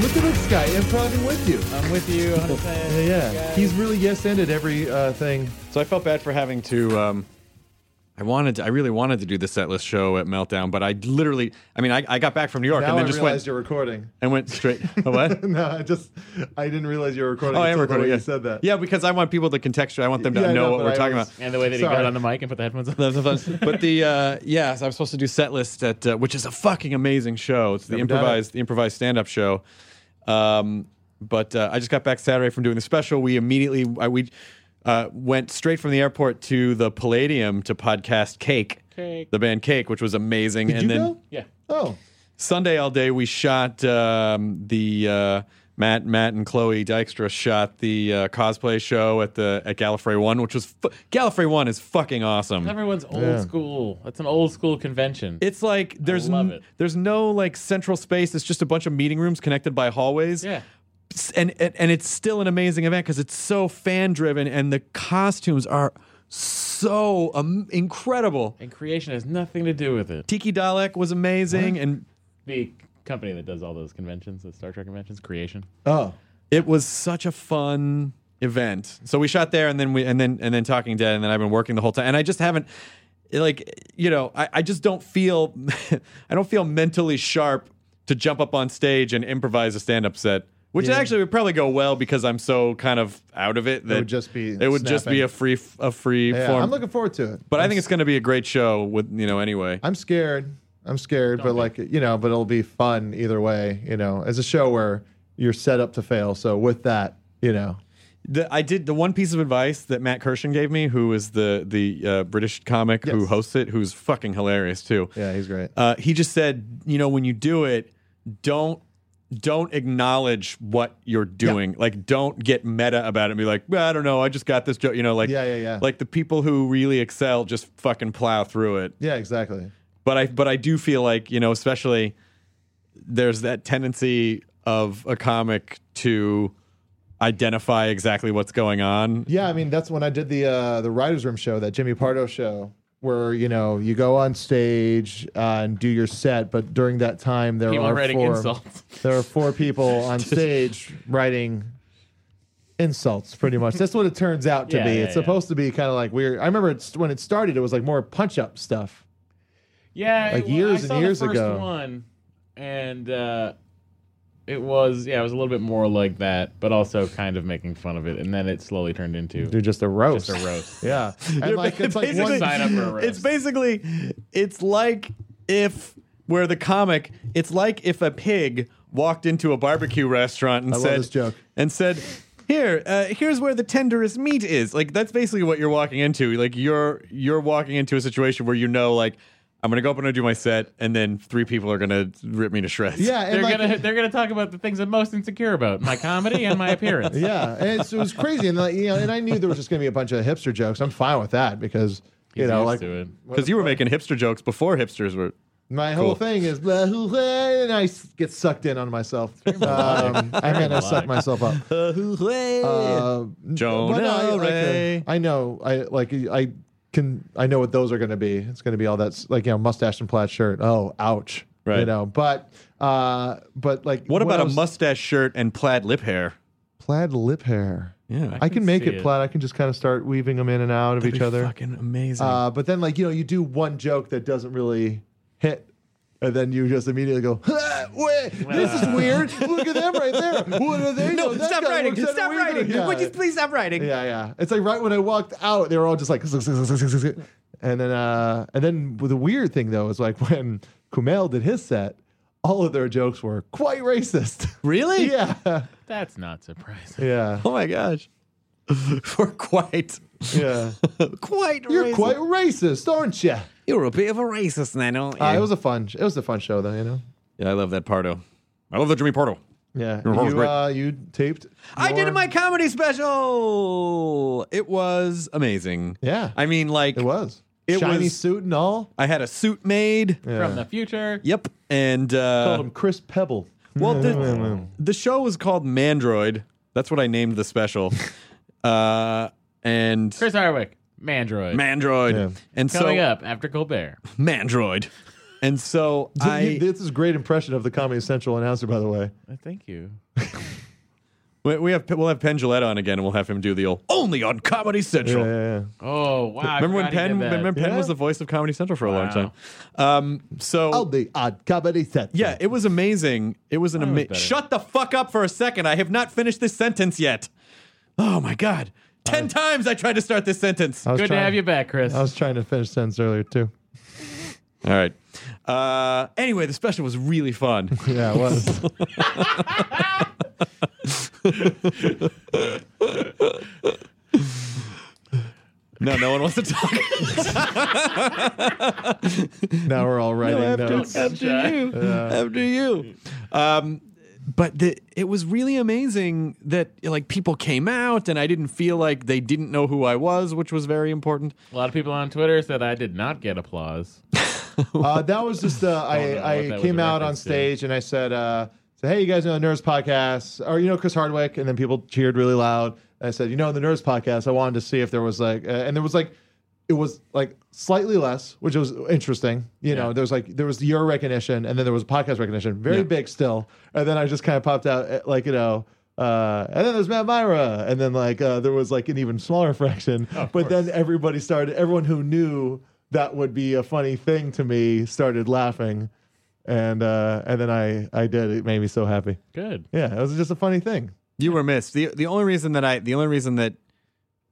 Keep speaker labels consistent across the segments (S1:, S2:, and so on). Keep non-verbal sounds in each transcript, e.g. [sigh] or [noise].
S1: Look at this guy improvising with you.
S2: I'm with you. On
S1: Yeah,
S2: that.
S1: yeah. he's really yes ended every uh, thing.
S2: So I felt bad for having to. Um, I wanted. To, I really wanted to do the setlist show at Meltdown, but I literally. I mean, I, I got back from New York
S1: Now
S2: and then
S1: I
S2: just
S1: realized
S2: went
S1: you're recording. [laughs]
S2: and went straight. [laughs] a what?
S1: no, I just I didn't realize you were recording.
S2: Oh, I am
S1: until the way
S2: recording. Yeah.
S1: You said that.
S2: Yeah, because I want people to contextualize. I want them to
S1: Yeah, I
S2: know
S1: know,
S2: what
S1: but
S2: we're
S1: I
S2: talking
S1: was-
S2: about.
S3: And the way that he
S1: Sorry.
S3: got on the mic and put the headphones on.
S2: That was fun. but the uh, yes, I was supposed to do set list at uh, which is a fucking amazing show. It's the
S1: Never done
S2: improvised the improvised stand up show. Um, but uh, I just got back Saturday from doing the special. We immediately I, we uh, went straight from the airport to the Palladium to podcast Cake,
S3: Cake.
S2: the band Cake, which was amazing.
S1: Did
S2: and
S1: you
S2: then
S1: go?
S3: [laughs] Yeah.
S1: Oh,
S2: Sunday all day we shot um, the uh, Matt Matt and Chloe Dykstra shot the uh, cosplay show at the at Gallifrey One, which was fu- Gallifrey One is fucking awesome.
S3: Everyone's old
S1: Yeah.
S3: school. That's an old school convention.
S2: It's like there's
S3: love
S2: n-
S3: it.
S2: there's no like central space. It's just a bunch of meeting rooms connected by hallways.
S3: yeah.
S2: S- And and, and it's still an amazing event because it's so fan driven and the costumes are so um, incredible.
S3: And creation has nothing to do with it.
S2: Tiki Dalek was amazing and
S3: The company that does all those conventions, the Star Trek conventions, creation.
S1: oh,
S2: it was such a fun event. So we shot there and then we and then and then Talking Dead and then I've been working the whole time and I just haven't like you know I, I just don't feel [laughs] I don't feel mentally sharp to jump up on stage and improvise a stand up set. Which actually would probably go well because I'm so kind of out of it that
S1: would just be
S2: it would just be
S1: snapping.
S2: a free a free
S1: yeah.
S2: form.
S1: I'm looking forward to it.
S2: but I think it's going to be a great show with you know anyway.
S1: I'm scared. I'm scared, but like you know, but it'll be fun either way. You know, as a show where you're set up to fail. So with that, you know,
S2: The, I did the one piece of advice that Matt Kirshen gave me, who is the the uh, British comic who
S1: Yes.
S2: hosts it, who's fucking hilarious too.
S1: yeah, he's great.
S2: Uh, he just said, you know, when you do it, don't don't acknowledge what you're doing. Like, don't get meta about it and be like, well, I don't know, I just got this joke. You know, like,
S1: Yeah, yeah, yeah.
S2: Like the people who really excel just fucking plow through it.
S1: yeah, exactly.
S2: But I but I do feel like you know, especially there's that tendency of a comic to identify exactly what's going on.
S1: Yeah, I mean that's when I did the uh, the writers' room show, that Jimmy Pardo show, where you know you go on stage uh, and do your set, but during that time there
S3: People
S1: are
S3: writing
S1: four,
S3: insults. [laughs]
S1: There are four people on stage writing insults, pretty much. That's what it turns out to
S3: Yeah,
S1: be.
S3: yeah,
S1: it's
S3: yeah.
S1: supposed to be kind of like weird. I remember it's, when it started, it was like more punch up stuff.
S3: Yeah.
S1: Like
S3: it wa-
S1: years
S3: I
S1: and
S3: saw
S1: years
S3: the first
S1: ago.
S3: one, and uh, it was, yeah, it was a little bit more like that, but also kind of making fun of it. And then it slowly turned into
S1: Dude, just a roast.
S3: just a roast. [laughs]
S1: Yeah, and
S2: You're
S1: like it's like
S2: basically-
S1: one
S3: Sign up for a roast.
S2: It's basically, it's like if where the comic, it's like if a pig walked into a barbecue restaurant and
S1: I love
S2: said,
S1: this joke.
S2: and said, here, uh, here's where the tenderest meat is. Like that's basically what you're walking into. Like you're you're walking into a situation where you know, like I'm gonna go up and do my set, and then three people are gonna rip me to shreds.
S1: Yeah, [laughs] and
S3: They're
S1: like,
S3: gonna they're gonna talk about the things I'm most insecure about: my comedy
S1: [laughs]
S3: and my appearance.
S1: yeah, and it's, it was crazy, and like, you know, and I knew there was just gonna be a bunch of hipster jokes. I'm fine with that because you
S3: He's
S1: know,
S3: used
S1: like
S3: to it.
S2: because you were making hipster jokes before hipsters were.
S1: my whole
S2: Cool.
S1: thing is, blah, hoo, hoo, and I s- get sucked in on myself. Um, I mean, I suck
S3: melodic.
S1: myself up. Uh,
S2: Jonah
S1: but I, like, uh,
S2: Ray.
S1: I know. I like. I can. I know what those are going to be. It's going to be all that's like you know mustache and plaid shirt. Oh, ouch. You
S2: Right.
S1: know. But uh, but like.
S2: what
S1: when
S2: about
S1: I
S2: a
S1: was-
S2: mustache shirt and plaid lip hair?
S1: plaid lip hair?
S2: Yeah,
S1: I, can make
S3: see
S1: it,
S3: it.
S1: plaid. I can just kind of start weaving them in and out of each other.
S2: Fucking amazing.
S1: Uh, but then like you know you do one joke that doesn't really hit. And then you just immediately go, [laughs] "Huh, wait, this is weird. Look at them right there. What are they?
S2: [laughs] no,
S1: doing? That
S2: stop
S1: guy
S2: writing!
S1: looks at
S2: Stop
S1: a weird-
S2: writing!
S1: Yeah.
S2: Would you please stop writing?
S1: Yeah, yeah. It's like right when I walked out, they were all just like, [laughs] and then, uh, and then the weird thing though is like [laughs] when Kumail did his set, all of their jokes were quite
S2: [laughs]
S1: racist. [laughs]
S2: Really?
S1: yeah,
S3: That's not surprising.
S1: yeah,
S2: Oh my gosh. [laughs] We're quite, [laughs]
S1: yeah.
S2: quite.
S1: You're
S2: racist.
S1: quite racist, aren't you?
S2: You're a bit of a racist, Nano.
S1: Uh, it was a fun. It was a fun show though, you know.
S2: yeah, I love that Pardo. I love the Jimmy Pardo.
S1: Yeah,
S2: Your vote was
S1: you
S2: great.
S1: uh, you taped.
S2: I did
S1: your-
S2: my comedy special. It was amazing.
S1: Yeah.
S2: I mean, like,
S1: It was
S2: It
S1: shiny
S2: was-
S1: suit and all.
S2: I had a suit made.
S3: From the future.
S2: Yep. And
S1: Called
S2: uh,
S1: him Chris Pebble.
S2: well, the, the show was called Mandroid. That's what I named
S1: [laughs]
S2: the special. uh, and
S3: Chris Hardwick, Mandroid,
S2: Mandroid.
S1: Yeah.
S2: And
S3: coming
S2: so
S3: up after Colbert.
S2: Mandroid. And so
S1: I,
S2: I
S1: this is a great impression of the Comedy Central announcer, by the way.
S3: Uh, Thank you.
S2: we we have we'll have Penn Jillette on again, and we'll have him do the old only on Comedy
S1: Yeah,
S2: Central.
S1: yeah, yeah.
S3: Oh wow! I
S2: Remember when
S3: forgot he
S2: Penn?
S3: did that.
S2: Remember Penn
S1: Yeah.
S2: was the voice of Comedy Central for a long time.
S3: Wow.
S2: Um, so
S1: Oh, the odd comedy set.
S2: Yeah, it was amazing. It was an
S3: Mine was
S2: amazing.
S3: better.
S2: Shut the fuck up for a second. I have not finished this sentence yet. Oh my god. Ten times I tried to start this sentence.
S1: I
S2: All
S1: was
S3: Good to
S1: trying-
S3: have you back, Chris.
S1: I was trying to finish sentence earlier too.
S2: right. Uh, anyway, the special was really fun.
S1: Yeah, it was.
S2: no, no one wants to [laughs] talk.
S1: [laughs] now we're all writing notes.
S2: after you. Uh, After you. Um, but the, it was really amazing that like people came out and I didn't feel like they didn't know who I was, which was very important.
S3: a lot of people on Twitter said I did not get applause.
S1: Uh, that was just uh,
S3: don't know what
S1: I,
S3: that
S1: I
S3: was
S1: came
S3: a
S1: out on
S3: reference to.
S1: stage and I said, uh, so, "Hey, you guys know the Nerds podcast, or you know Chris Hardwick?" And then people cheered really loud. And I said, "You know the Nerds podcast." I wanted to see if there was like, uh, and there was like, it was like slightly less, which was interesting. You know, there was like there was your recognition, and then there was podcast recognition, very big still. And then I just kind of popped out uh, like you know. Uh, and then there's Matt Myra, and then like uh, there was like an even smaller [laughs] fraction. but then everybody started. Everyone who knew that would be a funny thing to me started laughing and uh and then i i did it made me so happy
S3: Good.
S1: yeah it was just a funny thing
S2: You were missed. the The only reason that I, the only reason that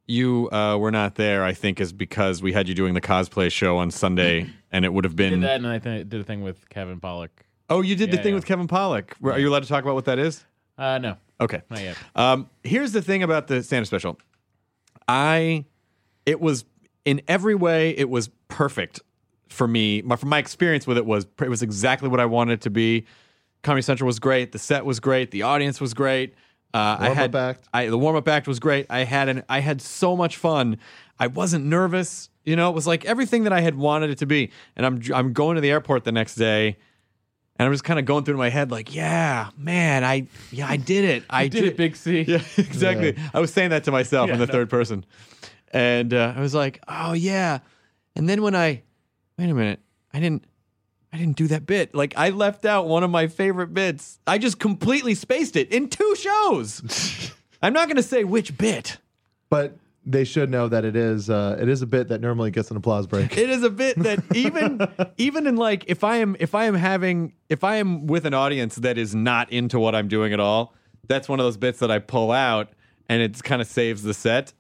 S2: you uh, were not there, I think, is because we had you doing the cosplay show on Sunday, and it would have
S3: Did
S2: been.
S3: that, and I th- did a thing with Kevin Pollock.
S2: Oh, you did the
S3: Yeah,
S2: thing
S3: yeah.
S2: with Kevin Pollock. Are you allowed to talk about what that is?
S3: Uh, no,
S2: Okay.
S3: not yet.
S2: Um, here's the thing about the stand-up special. I, it was in every way, it was perfect for me. My, from my experience with it was, it was exactly what I wanted it to be. Comedy Central was great. The set was great. The audience was great. Uh, I
S1: Warm-up
S2: had
S1: act.
S2: I, the warm-up act was great. I had an, I had so much fun. I wasn't nervous. You know, it was like everything that I had wanted it to be. And I'm, I'm going to the airport the next day. And I'm just kind of going through in my head, like, yeah, man, I, yeah, I did it. I
S3: Did it, Big
S2: [laughs]
S3: C.
S2: yeah, exactly. I was saying that to myself in the third person, and uh, I was like, "Oh yeah." And then when I, wait a minute, I didn't, I didn't do that bit. Like I left out one of my favorite bits. I just completely spaced it in two shows. I'm not gonna say which bit.
S1: but they should know that it is uh it is a bit that normally gets an applause break
S2: It is a bit that even, even in like if I am if I am having if I am with an audience that is not into what I'm doing at all, that's one of those bits that I pull out and it kind of saves the set.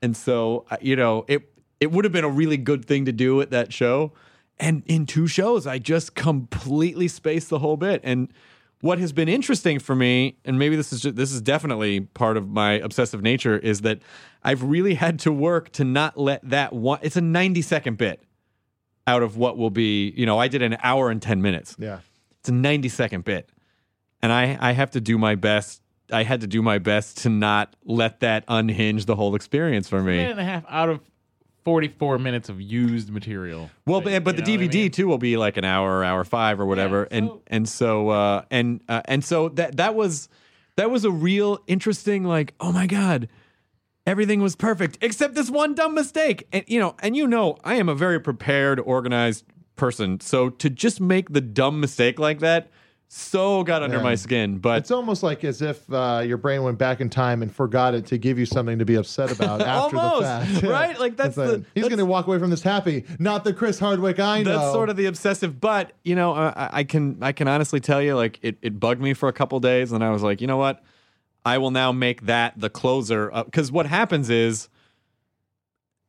S2: And so, I- you know, it it would have been a really good thing to do at that show. And in two shows, I just completely spaced the whole bit. And what has been interesting for me, and maybe this is ju- this is definitely part of my obsessive nature, is that I've really had to work to not let that one. It's a ninety second bit. out of what will be, you know, I did an hour and 10 minutes.
S1: Yeah.
S2: It's a 90 second bit. And I, I have to do my best. I had to do my best to not let that unhinge the whole experience for me.
S3: minute and a half out of 44 minutes of used material.
S2: Well,
S3: Like,
S2: but, but
S3: you
S2: the
S3: know what I
S2: DVD
S3: mean?
S2: too will be like an hour, hour five, or whatever,
S3: Yeah,
S2: and
S3: so-
S2: and so uh, and uh, and so that that was that was a real interesting like oh my god, everything was perfect except this one dumb mistake, and you know, and you know, I am a very prepared, organized person, so to just make the dumb mistake like that so got under
S1: Yeah.
S2: my skin, but
S1: It's almost like as if uh, your brain went back in time and forgot it to give you something to be upset [laughs] about after
S2: Almost,
S1: the [laughs] fact.
S2: right? Like, that's
S1: It's like,
S2: the-
S1: he's
S2: that's-
S1: going to walk away from this happy, not the Chris Hardwick I know.
S2: that's sort of the obsessive but you know I, I can i can honestly tell you like it, it bugged me for a couple days and i was like you know what i will now make that the closer because what happens is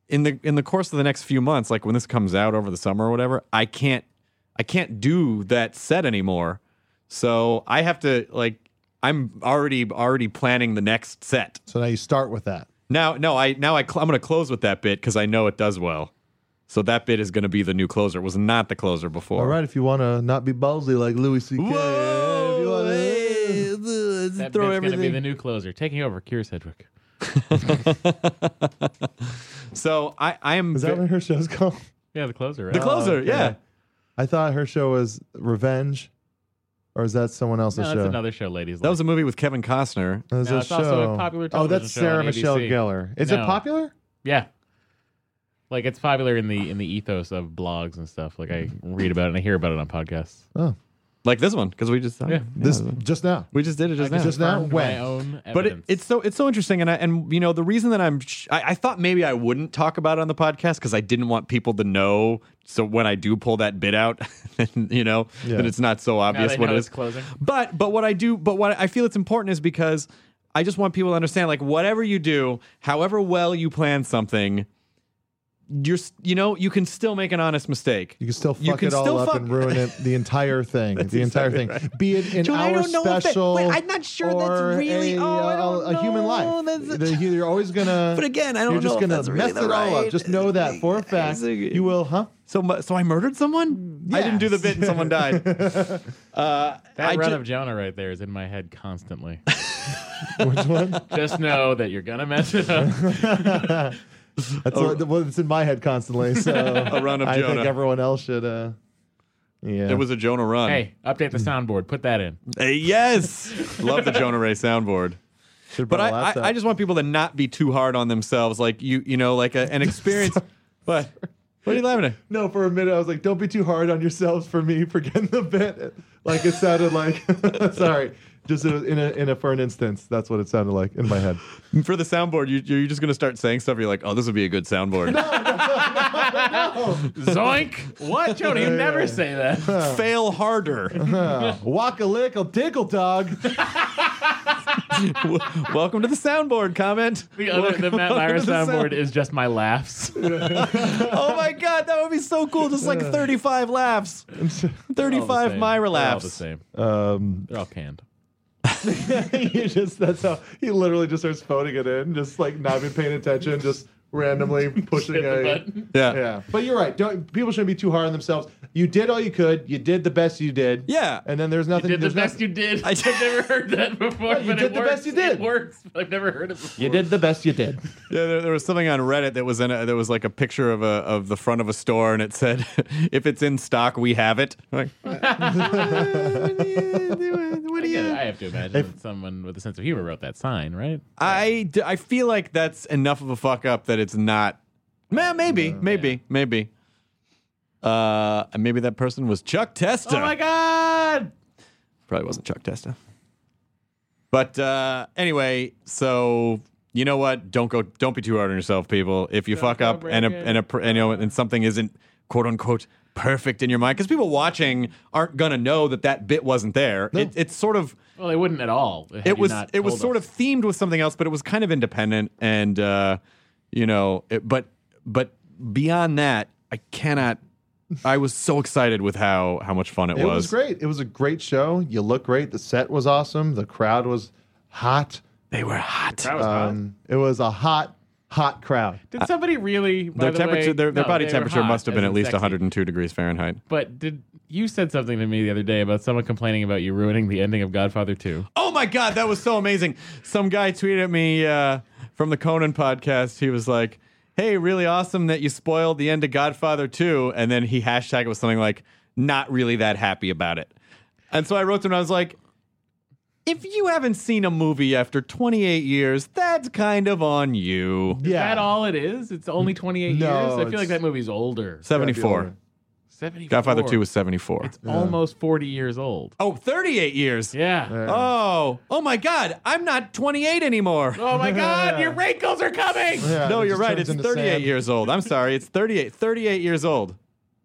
S2: in the in the course of the next few months like when this comes out over the summer or whatever i can't i can't do that set anymore so i have to like i'm already already planning the next set
S1: So now you start with that.
S2: now, no, I now I cl- I'm going to close with that bit because I know it does well. So that bit is going to be the new closer. It was not the closer before.
S1: All right, if you want to not be ballsy like Louis C.K. eh, if you
S2: Whoa!
S1: wanna-
S2: hey, let's
S3: That
S2: throw
S3: bit's going to be
S2: everything.
S3: the new closer. Taking over, Curious Hedrick.
S2: so I, I am
S1: Is that
S2: ve-
S1: what her show's called?
S3: Yeah, the closer, right?
S2: the closer.
S1: okay.
S2: Yeah,
S1: I thought her show was Revenge, or is that someone else's
S3: No, that's
S1: show?
S3: another show, ladies.
S2: that was a movie with Kevin Costner.
S1: That was
S3: No,
S1: a
S3: it's also a
S1: show.
S3: popular
S1: Oh,
S3: television
S1: that's
S3: show
S1: Sarah
S3: on
S1: Michelle
S3: ABC.
S1: Gellar. Is it
S3: No.
S1: popular?
S3: yeah. Like it's popular in the in the ethos of blogs and stuff. Like I read about it and I hear about it on podcasts.
S1: Oh,
S2: Like this one because we just
S3: Yeah.
S1: this just now.
S2: we just did it just
S3: I
S2: now.
S1: just now?
S3: confirmed
S1: When?
S3: my own
S2: but it,
S3: evidence.
S2: it's so it's so interesting, and I, and you know the reason that I'm sh- I, I thought maybe I wouldn't talk about it on the podcast because I didn't want people to know. So when I do pull that bit out, [laughs] you know,
S1: Yeah.
S2: that it's not so
S3: Now
S2: obvious
S3: they
S2: what
S3: know
S2: it
S3: it's
S2: is.
S3: closing.
S2: But but what I do, but what I feel it's important is because I just want people to understand, like whatever you do, however well you plan something, you're s- you know you can still make an honest mistake.
S1: You can still fuck
S2: You can
S1: it all
S2: still
S1: up
S2: fuck-
S1: and ruin it, the
S2: [laughs]
S1: entire thing. the entire
S2: exactly
S1: thing.
S2: right.
S1: Be it an
S2: Joel, I
S1: hour
S2: don't know if that-
S1: special.
S2: wait, I'm not sure that's
S1: or
S2: really-
S1: a,
S2: oh, I
S1: uh,
S2: don't
S1: a human
S2: know.
S1: life.
S2: That's-
S1: The- you're always gonna.
S2: [laughs] But again, I don't
S1: You're just
S2: know if
S1: gonna
S2: that's really
S1: mess
S2: the
S1: it all up.
S2: right-
S1: Just know that for a fact. You will,
S2: [laughs]
S1: huh?
S2: So mu- so I murdered someone.
S1: Mm,
S2: I didn't do the
S1: Yes.
S2: bit and someone died.
S1: [laughs]
S2: uh,
S3: that
S2: I
S3: run
S2: ju-
S3: of Jonah right there is in my head constantly.
S1: Which one?
S3: Just know that you're gonna mess it
S2: [laughs]
S3: up.
S1: That's what, well, it's in my head constantly.
S2: [laughs]
S1: So a
S2: Oh. run of
S1: I
S2: Jonah.
S1: think everyone else should. Uh, yeah.
S2: it was a Jonah run.
S3: hey, update the soundboard. Put that in.
S2: Hey, yes, love the Jonah Ray soundboard.
S1: Should've
S2: But
S1: brought a
S2: I,
S1: laptop.
S2: I, I just want people to not be too hard on themselves. Like you, you know, like
S1: [laughs]
S2: a, an experience. what? What are you laughing at?
S1: No, for a minute I was like, "Don't be too hard on yourselves." For me, for getting the bit, like it sounded like. [laughs] sorry, just in a, in a in a for an instance, that's what it sounded like in my head. [laughs]
S2: For the soundboard, you, you're just gonna start saying stuff. You're like, oh, this would be a good
S3: [laughs]
S2: soundboard.
S3: Zoink! What, Jody? You never say
S2: [laughs]
S3: that.
S2: Fail harder. [laughs]
S1: Walk a lick, a tickle dog. [laughs]
S2: W- Welcome to the soundboard comment.
S3: The other, the Matt Myra
S2: Welcome to the
S3: soundboard is just
S2: [laughs]
S3: my laughs.
S2: oh my god, that would be so cool. Just like 35
S3: [laughs]
S2: laughs, 35 Myra
S3: They're all the
S2: laughs.
S3: same.
S1: Um,
S3: They're all canned.
S1: he just that's how he literally just starts phoning it in, just like not even paying attention, just
S3: [laughs]
S1: randomly pushing
S3: Hit the
S1: a.
S3: button.
S2: Yeah. yeah.
S1: Yeah, but you're right. Don't people shouldn't be too hard on themselves. You did all you could. You did the best you did.
S2: Yeah.
S1: and then there's nothing.
S3: Did the
S1: there's
S3: best
S1: nothing-
S3: you did.
S2: I-
S3: [laughs] I've never heard that before.
S1: you
S3: but
S1: did
S3: it
S1: the
S3: works.
S1: best you did.
S3: It works, but I've never heard it before. [laughs]
S1: You did the best you [laughs] did.
S2: there, there was something on Reddit that was in a, that was like a picture of a of the front of a store, and it said, [laughs] "If it's in stock, we have it." I'm Like, [laughs] what do
S3: I,
S2: you?
S3: I have to imagine that someone with a sense of humor wrote that sign, right?
S2: I, d- I feel like that's enough of a fuck up that it's not. Man, maybe, maybe, maybe. Uh, and maybe that person was Chuck Testa.
S3: Oh my god!
S2: Probably wasn't Chuck Testa. But uh, anyway, so you know what? Don't go. Don't be too hard on yourself, people. If you fuck
S3: go
S2: up and a,
S3: breaking.
S2: and a, pr- and, you know and something isn't quote unquote perfect in your mind, because people watching aren't gonna know that that bit wasn't there. It, it's sort of
S3: Well, they wouldn't at all. had you
S2: it was
S3: not
S2: it was
S3: told
S2: sort
S3: us.
S2: of themed with something else, but it was kind of independent and uh, you know, it, but but beyond that, I cannot. I was so excited with how how much fun it,
S1: It was. great. It was a great show. You look great. The set was awesome. The crowd was hot.
S2: They were hot.
S3: That was hot.
S1: Um, it was a hot hot crowd.
S3: Did somebody really? By
S2: Their
S3: the
S2: temperature,
S3: way,
S2: their, their
S3: no,
S2: body
S3: they were
S2: temperature
S3: hot,
S2: must have been
S3: as
S2: at
S3: in
S2: least
S3: sexy.
S2: 102 degrees Fahrenheit.
S3: But did you said something to me the other day about someone complaining about you ruining the ending of Godfather Two?
S2: Oh my God, that was so amazing. Some guy tweeted at me uh, from the Conan podcast. He was like, Hey, really awesome that you spoiled the end of Godfather 2. And then he hashtag it with something like, Not really that happy about it. And so I wrote to him, I was like, If you haven't seen a movie after 28 years, that's kind of on you.
S3: Is that all it is? It's only 28
S1: No,
S3: years? I feel
S1: it's-
S3: like that movie's older.
S2: 74.
S1: older.
S3: 74.
S2: Godfather 2 was 74.
S3: It's almost 40 years old.
S2: oh, 38 years.
S3: Yeah.
S2: Oh, oh my God, I'm not 28 anymore.
S3: Oh my
S1: [laughs]
S3: God, your wrinkles are coming.
S1: Yeah,
S2: no,
S1: it
S2: you're
S1: just
S2: right.
S1: turns
S2: It's
S1: into
S2: 38
S1: sand.
S2: years old. I'm sorry. It's 38. 38 years old.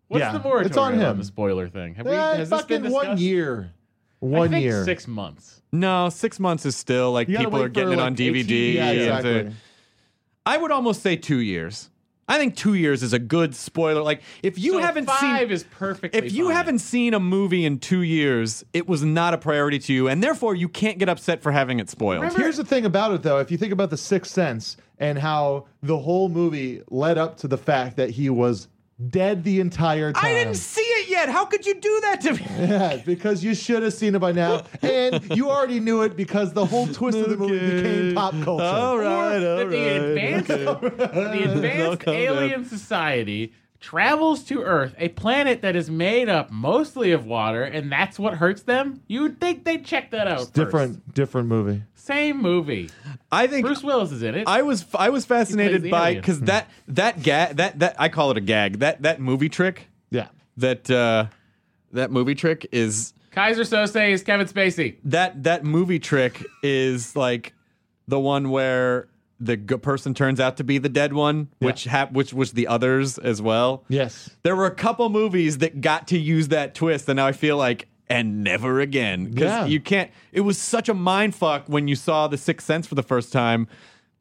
S3: What's
S1: Yeah.
S3: the moratorium
S1: It's on him.
S3: the spoiler thing? Have we,
S1: Yeah,
S3: has this been
S1: fucking one
S3: discussed?
S1: year.
S3: I
S1: One
S3: think
S1: year.
S3: Six months.
S2: No, six months is still like
S1: You gotta
S2: people
S1: wait
S2: are getting
S1: for,
S2: it
S1: like,
S2: on
S1: 18
S2: DVD.
S1: Yeah,
S2: and
S1: exactly.
S2: thing. I would almost say two years. I think two years is a good spoiler. Like if you
S3: So
S2: haven't
S3: five
S2: seen
S3: is perfectly.
S2: if you
S3: fine.
S2: haven't seen a movie in two years, it was not a priority to you, and therefore you can't get upset for having it spoiled.
S1: Here's the thing about it, though. If you think about The Sixth Sense and how the whole movie led up to the fact that he was dead the entire time.
S2: I didn't see it yet. How could you do that to me?
S1: Yeah, because you should have seen it by
S2: [laughs]
S1: now, and you already knew it because the whole twist of the movie became pop culture.
S2: All right, all
S3: that
S2: [laughs]
S3: the advanced, the advanced
S2: calm down.
S3: alien society travels to Earth, a planet that is made up mostly of water, and that's what hurts them? You'd think they'd check that out. first.
S1: Different, different movie.
S3: Same movie.
S2: [laughs] I think
S3: Bruce Willis is in it.
S2: I was I was fascinated
S3: the
S2: by
S3: alien.
S2: because that that gag that that I call it a gag that that movie trick
S1: Yeah,
S2: that uh, that movie trick is
S3: Kaiser Sose is Kevin Spacey.
S2: that that movie trick is like the one where the g- person turns out to be the dead one, which hap- which was the others as well.
S1: yes.
S2: There were a couple movies that got to use that twist, and now I feel like and never again because
S1: Yeah.
S2: you can't. It was such a mind fuck when you saw The Sixth Sense for the first time,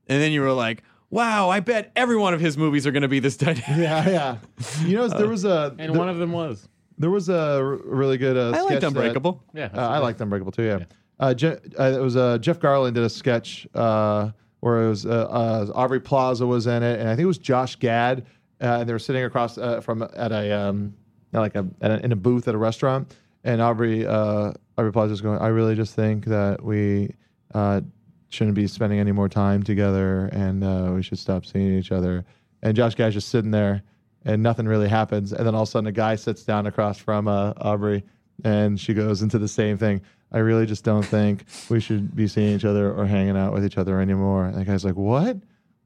S2: and then you were like, "Wow, I bet every one of his movies are going to be this [laughs] dynamic."
S1: Yeah, yeah. You know, there was a
S3: And one of them was.
S1: there was a r- really good. Uh,
S2: I liked
S1: sketch that-
S2: Unbreakable.
S3: Yeah.
S1: Uh, I liked Unbreakable too. Yeah. Uh, Je- uh, it was uh, Jeff Garland did a sketch uh, where it was uh, uh, Aubrey Plaza was in it, and I think it was Josh Gad, uh, and they were sitting across uh, from at a um, at like a, at a in a booth at a restaurant, and Aubrey uh, Aubrey Plaza was going, "I really just think that we uh, shouldn't be spending any more time together, and uh, we should stop seeing each other." And Josh Gad's just sitting there, and nothing really happens. And then all of a sudden, a guy sits down across from uh, Aubrey, and she goes into the same thing. I really just don't think we should be seeing each other or hanging out with each other anymore. And the guy's like, "What?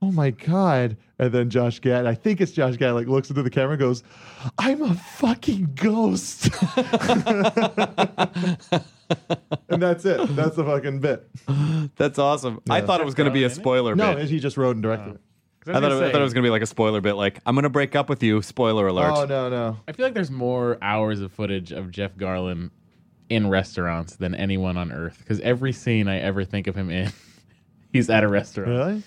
S1: Oh my god!" And then Josh Gad, I think it's Josh Gad, like looks into the camera and goes, "I'm a fucking ghost." [laughs] and that's it. That's the fucking bit.
S2: That's awesome. I thought it was going to be a
S3: Garland in it?
S2: spoiler
S1: No,
S2: bit. Oh.
S1: he just wrote and directed. it.
S3: 'Cause
S2: I thought,
S3: gonna
S2: it, I
S3: say,
S2: thought it was going to be like a spoiler bit, like I'm going to break up with you. Spoiler alert.
S1: Oh no, no.
S3: I feel like there's more hours of footage of Jeff Garland in restaurants than anyone on Earth because every scene I ever think of him in, [laughs] he's at a restaurant.
S1: Really?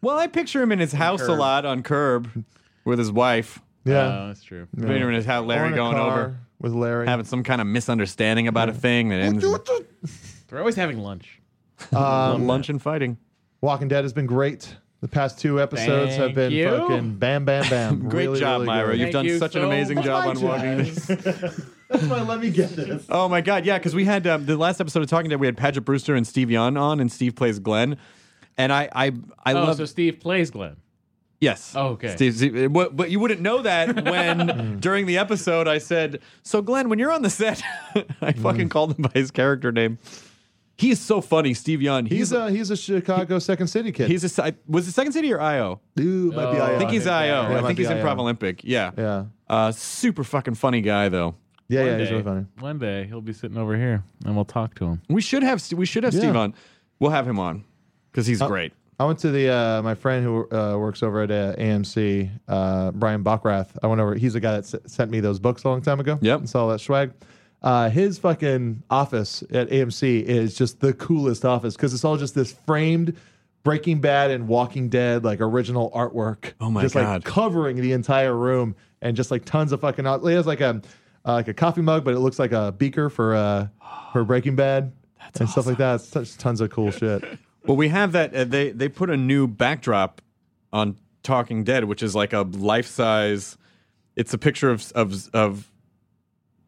S2: Well, I picture him in his house a
S3: Curb.
S2: lot on Curb with his wife.
S1: Yeah.
S3: Oh, that's true.
S2: I picture him in his house,
S1: Or
S2: Uh, Larry
S1: in a
S2: going
S1: car
S2: over,
S1: with Larry.
S2: having some kind of misunderstanding about a thing that ends in
S3: They're always having lunch.
S1: Um,
S2: lunch and fighting.
S1: Walking Dead has been great. The past two episodes have
S3: Thank
S1: been
S3: you.
S1: fucking bam, bam, bam.
S2: [laughs] Great
S1: Really,
S2: job,
S1: really
S2: Myra.
S1: good.
S2: You've
S3: Thank
S2: done
S3: you
S2: such an
S3: so
S2: amazing job on
S1: much,
S2: Walking Dead.
S3: [laughs]
S1: That's why let me get this.
S2: Oh my God, yeah, because we had um, the last episode of Talking Dead, we had Paget Brewster and Steve Young on, and Steve plays Glenn. And I, I, I
S3: Oh,
S2: love
S3: so Steve plays Glenn.
S2: Yes.
S3: Oh, okay. Hmm.
S2: Steve, Steve- what- but you wouldn't know that
S3: [laughs]
S2: when during the episode I said, "So Glenn, when you're on the set, [laughs] I
S3: Hmm.
S2: fucking called him by his character name. He is so funny, Steve Young.
S1: He's a he's a Chicago Second City kid.
S2: he's a si- was it Second City or IO?
S1: Ooh, might be
S3: Oh,
S1: IO.
S2: I think he's IO.
S1: Yeah, it
S2: I
S1: might
S2: think
S1: be
S2: he's
S1: IO.
S2: Improv Olympic. Yeah.
S1: Yeah,
S2: Uh, super fucking funny guy though.
S1: yeah, yeah.
S3: One
S1: He's
S3: day-
S1: really funny.
S3: One day he'll be sitting over here and we'll talk to him.
S2: We should have we should have
S1: Yeah. Uh,
S2: Steve on. We'll have him on because he's great.
S1: I went to the uh, my friend who uh, works over at uh, AMC, uh, Brian Bockrath. I went over. He's the guy that s- sent me those books a long time ago.
S2: Yep.
S1: and saw all that swag. Uh, his fucking office at AMC is just the coolest office because it's all just this framed Breaking Bad and Walking Dead like original artwork.
S2: Oh my
S1: just, Like,
S2: God.
S1: covering the entire room and just like tons of fucking. He has like a uh, like a coffee mug, but it looks like a beaker for uh, for Breaking Bad. and stuff like that. It's such tons of cool shit.
S2: Well, we have that. Uh, they they put a new backdrop on Talking Dead, which is like a life size. It's a picture of of of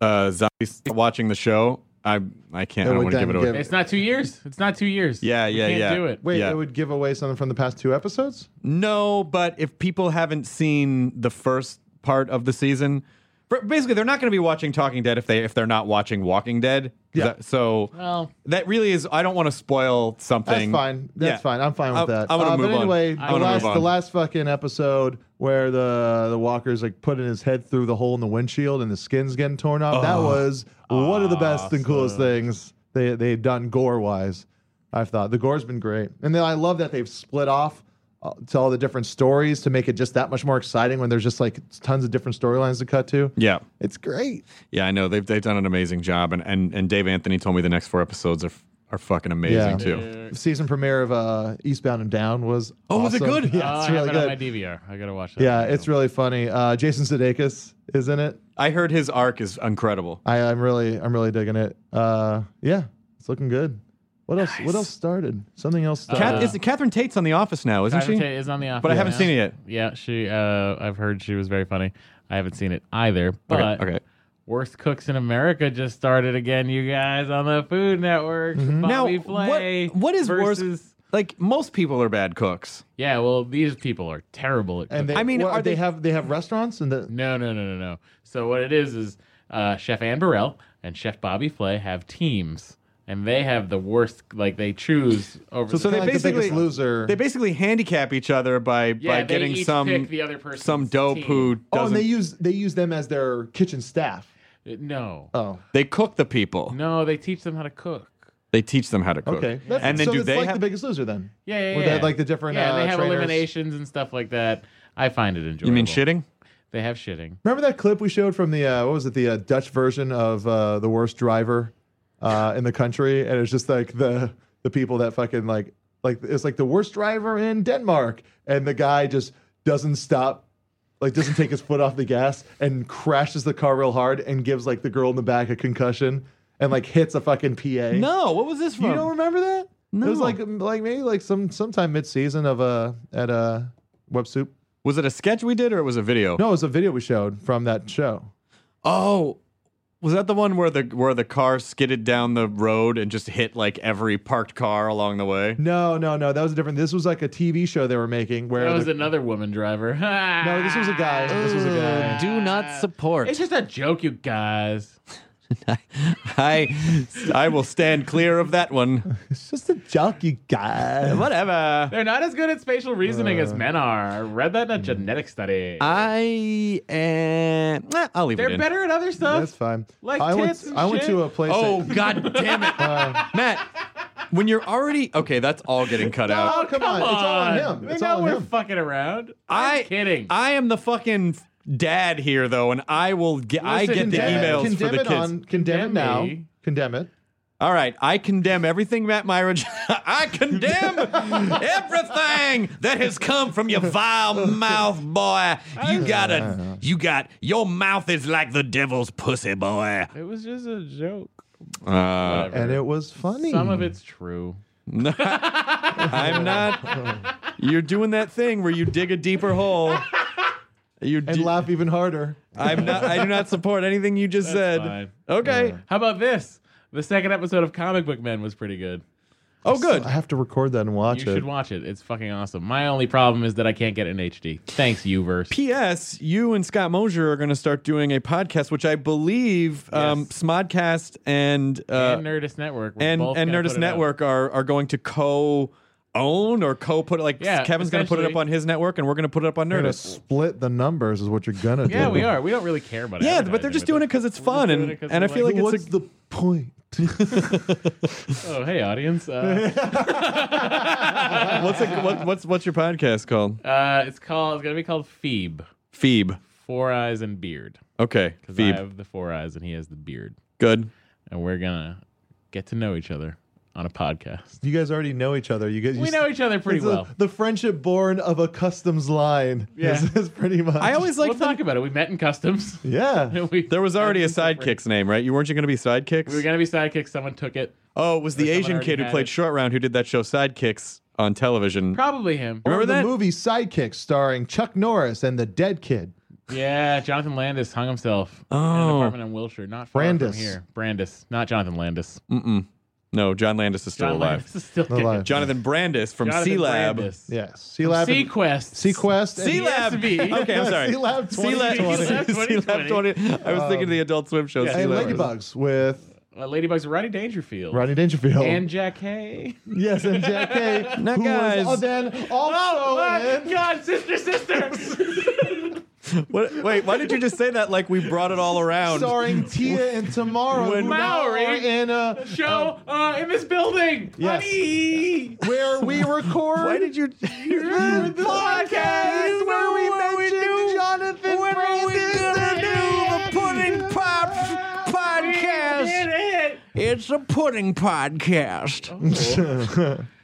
S2: uh, zombies watching the show. I I can't. I
S1: would
S2: don't want to
S1: then
S2: give it away.
S1: give-
S3: It's not two years. It's not two years.
S2: Yeah,
S3: We
S2: yeah,
S3: can't
S2: yeah.
S3: Do it.
S1: Wait,
S2: Yeah.
S1: it would give away something from the past two episodes?
S2: No, but if people haven't seen the first part of the season, b- basically they're not going to be watching Talking Dead if they if they're not watching Walking Dead.
S1: Yeah.
S2: That- so
S3: Well,
S2: that really is. I don't want to spoil
S1: That's
S2: something.
S1: fine. That's
S2: Yeah.
S1: fine. I'm fine with
S2: I-
S1: that.
S2: I wanna
S1: uh,
S2: move
S1: but
S2: on.
S1: anyway,
S2: I
S1: the
S2: wanna
S1: last
S2: move on.
S1: the last fucking episode where the the walker's like putting his head through the hole in the windshield and the skin's getting torn off.
S2: Oh.
S1: that was one of the best and coolest things they they've done gore wise. I've thought the gore's been great, and then I love that they've split off uh, to all the different stories to make it just that much more exciting when there's just like tons of different storylines to cut to.
S2: Yeah,
S1: It's great.
S2: yeah. I know they've they've done an amazing job, and and and Dave Anthony told me the next four episodes are are fucking amazing
S1: Yeah.
S2: too.
S1: Season premiere of uh, Eastbound and Down was
S2: Oh, was it
S1: awesome.
S2: good?
S1: Yeah, it's
S3: Ah, uh, I
S1: really
S3: have it
S1: good.
S3: on my DVR. I gotta watch that.
S1: Yeah, it's really funny. Uh, Jason Sudeikis is in it.
S2: I heard his arc is incredible.
S1: I, I'm really, I'm really digging it. Uh, yeah, it's looking good. What else? What else started? Something else started.
S2: Kath, is, Catherine Tate's on The Office now, isn't
S3: Tyler
S2: she?
S3: Tate is on the office.
S2: But I haven't
S3: now.
S2: seen it yet.
S3: Yeah, she. Uh, I've heard she was very funny. I haven't seen it either. But
S2: okay.
S3: Worst Cooks in America just started again, you guys, on the Food Network.
S1: Mm-hmm.
S3: Bobby Flay
S2: what what is
S3: versus,
S2: worse? Like most people are bad cooks.
S3: Yeah, well, these people are terrible at cooking.
S1: and they,
S2: I mean,
S1: what,
S2: are
S1: they,
S2: they-
S1: have they have restaurants and the
S3: No, no, no, no, no. So what it is is uh, Chef Ann Burrell and Chef Bobby Flay have teams, and they have the worst. Like they choose over.
S2: So they
S1: like the
S2: basically
S1: Biggest Loser.
S2: They basically handicap each other by
S3: Yeah,
S2: by
S3: they
S2: getting
S3: each
S2: some
S3: pick the other person's
S2: some dope
S3: team.
S2: who
S1: oh,
S2: doesn't.
S1: and they
S2: they,
S1: use they use them as their kitchen staff.
S3: no,
S1: Oh,
S2: cook the people.
S3: no, they teach them how to cook.
S2: They teach them how to cook.
S1: okay.
S2: and then
S1: so
S2: do
S1: it's
S2: they
S1: like
S2: have?
S1: the Biggest Loser then?
S3: Yeah, yeah,
S1: Where
S3: yeah.
S1: they have, like the different
S3: Yeah,
S1: uh,
S3: they have
S1: trainers.
S3: eliminations and stuff like that. I find it enjoyable.
S2: you mean shitting?
S3: They have shitting.
S1: Remember that clip we showed from the uh, what was it the uh, Dutch version of uh, the worst driver uh, in the country, and it's just like the the people that fucking like like it's like the worst driver in Denmark, and the guy just doesn't stop, like doesn't take his foot off the gas and crashes the car real hard and gives like the girl in the back a concussion and like hits a fucking PA.
S2: No. What was this from?
S1: you don't remember that? it was
S2: No.
S1: like like maybe like some sometime mid season of uh at uh Web Soup.
S2: was it a sketch we did or it was a video?
S1: No, it was a video we showed from that show.
S2: Oh. Was that the one where the where the car skidded down the road and just hit like every parked car along the way?
S1: No, no, no. That was a different. This was like a TV show they were making where
S3: That was
S1: the-
S3: another woman driver. [laughs]
S1: no,
S3: no,
S1: this was a guy. This was a guy.
S4: Do not
S2: [laughs]
S4: support.
S3: It's just a joke, you guys.
S2: I I will stand clear of that one.
S1: It's just a junkie guy.
S2: Whatever.
S3: They're not as good at spatial reasoning as men are. I read that in a genetic study.
S2: I am. eh, I'll leave it
S3: They're
S2: in.
S3: better at other stuff.
S1: That's fine.
S3: Like
S1: I went.
S3: tits and
S1: I went
S3: shit?
S1: to a place. [laughs]
S2: Oh
S1: that-
S2: god damn it,
S1: Uh,
S2: Matt! When you're already okay, that's all getting cut
S1: oh,
S2: out.
S1: come, on. It's all on him.
S3: We
S1: It's
S3: know
S1: all on
S3: we're
S1: him.
S3: fucking around. I'm
S2: I
S3: kidding.
S2: I am the fucking dad here though, and I will get. I
S3: Listen,
S2: get the
S3: Dad,
S2: emails for
S1: condemn
S2: the
S1: it
S2: kids.
S1: on. Condemn it
S3: Condemn
S1: now.
S3: me.
S1: Condemn it.
S2: All right, I condemn everything, Matt Myridge. [laughs] I condemn everything that has come from your vile mouth, boy. You gotta, you got your mouth is like the devil's pussy, boy.
S3: it was just a joke.
S2: Uh,
S3: Whatever.
S1: And it was funny.
S3: Some of it's true.
S2: [laughs] I'm not. You're doing that thing where you dig a deeper hole. You
S1: And
S2: di-
S1: laugh even harder.
S3: Oh,
S2: I'm not. I do not support anything you just said.
S3: fine.
S2: Okay.
S3: How about this? The second episode of Comic Book Men was pretty good.
S2: Oh, good.
S1: I have to record that and watch
S3: You
S1: it.
S3: should watch it. It's fucking awesome. My only problem is that I can't get it in HD. Thanks, Uverse.
S2: P.S. You and Scott Mosier are going to start doing a podcast, which I believe um,
S3: Yes.
S2: Smodcast and uh,
S3: and Nerdist Network. We're
S2: and,
S3: both
S2: and
S3: gonna
S2: Nerdist
S3: put it
S2: Network are are going to co own or co put like
S3: Yeah,
S2: Kevin's going to put it up
S3: essentially.
S2: on his network, and we're going to put it up on
S1: You're gonna
S2: Nerdist.
S1: split the numbers is what you're gonna
S3: up.
S1: do.
S3: Yeah, we are. We don't really care about it.
S2: Yeah, but they're just doing it because it's fun,
S3: doing
S2: and,
S3: it 'cause
S2: and
S3: we
S2: I feel
S3: like
S2: like
S1: What's
S2: it's a,
S1: the point?
S3: Oh, hey, audience. Uh,
S2: [laughs] what's, a, what, what's what's your podcast called?
S3: uh, it's called. It's gonna be called Phoebe.
S2: Phoebe.
S3: Four eyes and beard. [laughs]
S2: Okay,
S3: Because I
S2: Phoebe.
S3: have the four eyes and he has the beard,
S2: Good.
S3: and we're gonna get to know each other on a podcast.
S1: You guys already know each other. You guys.
S3: We
S1: you
S3: know
S1: s-
S3: each other pretty
S1: it's a-
S3: well.
S1: the friendship born of a customs line.
S3: Yeah.
S1: is, [laughs] is pretty much.
S2: I always
S3: We'll
S2: like
S3: talk about it. We met in customs. [laughs]
S1: Yeah.
S3: we,
S2: there was already a
S3: Everything's
S2: sidekicks name, right? You weren't you going to be sidekicks?
S3: We were gonna be sidekicks. Someone took it.
S2: oh, it was the
S3: someone
S2: Asian
S3: already
S2: kid who
S3: had
S2: played
S3: it.
S2: short round who did that show Sidekicks on television.
S3: Probably him.
S2: [laughs] Remember
S1: Or the
S2: that?
S1: movie Sidekick starring Chuck Norris and the Dead Kid.
S3: Yeah, Jonathan Landis hung himself in an
S2: Oh.
S3: apartment in Wilshire, not far
S1: Brandis.
S3: from here. Brandis, not Jonathan Landis.
S2: Mm-mm. No, John Landis is still
S3: John
S2: alive.
S3: Landis is still
S1: Still
S3: kicking.
S1: alive.
S2: Jonathan Brandis from
S3: Jonathan
S2: C Lab.
S3: Brandis.
S1: Yes. Sea Lab. and-
S3: Sequest.
S1: Sequest. and-
S2: C Lab.
S3: CSV.
S2: [laughs] Okay, I'm
S1: [laughs]
S2: sorry.
S1: C Lab
S2: C Lab
S3: [laughs]
S1: 2020.
S2: [laughs] C Lab 20. I was thinking of the Adult Swim show.
S3: Um, yeah.
S2: C
S1: And
S2: Lab.
S1: Ladybugs with
S3: Uh, Ladybugs, Roddy Dangerfield,
S1: Rodney Dangerfield.
S3: and Jack Hay.
S1: [laughs] yes, and
S2: [laughs]
S1: Jack K.
S2: Now,
S1: who
S2: guys- Oh,
S1: was then also
S3: my
S1: in-
S3: God, sister, sister.
S2: What, wait, why did you just say that like we brought it all around?
S1: starring Tia
S2: [laughs]
S1: and Tomorrow.
S2: When-
S1: who now
S3: Maori.
S1: are in a
S3: Show uh, in this building.
S1: Yes.
S3: Honey.
S1: where
S2: [laughs]
S1: we record.
S2: Why did you?
S1: the podcast where we mentioned Jonathan Brandis and Dave.
S2: Pudding Pops podcast?
S3: Did
S2: It's a pudding
S3: [laughs]
S2: podcast.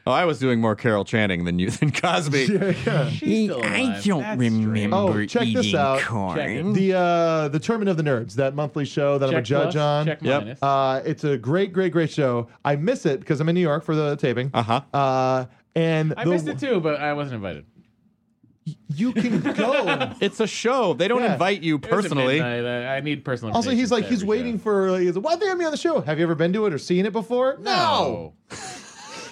S2: Oh, I was doing more Carol Channing than you than Cosby.
S3: it. She's still alive. That's strange.
S1: Oh, check this out.
S3: Check it.
S1: The uh, the Tournament of the Nerds, that monthly show that I'm a
S3: Check
S1: judge
S3: plus,
S1: on.
S3: Check
S2: Yep.
S3: minus.
S1: Uh, it's a great, great, great show. I miss it because I'm in New York for the taping.
S2: Uh-huh.
S1: Uh, and
S3: I
S1: the-
S3: missed it too, but I wasn't invited.
S1: You can go.
S3: [laughs]
S2: It's a show. They don't
S1: Yeah.
S2: invite you
S3: It was at
S2: personally.
S3: midnight. uh, I, I need personal.
S1: also, he's
S3: invitations
S1: like
S3: to
S1: he's
S3: every
S1: waiting
S3: show.
S1: for. Like, he's like, Why they have me on the show? Have you ever been to it or seen it before?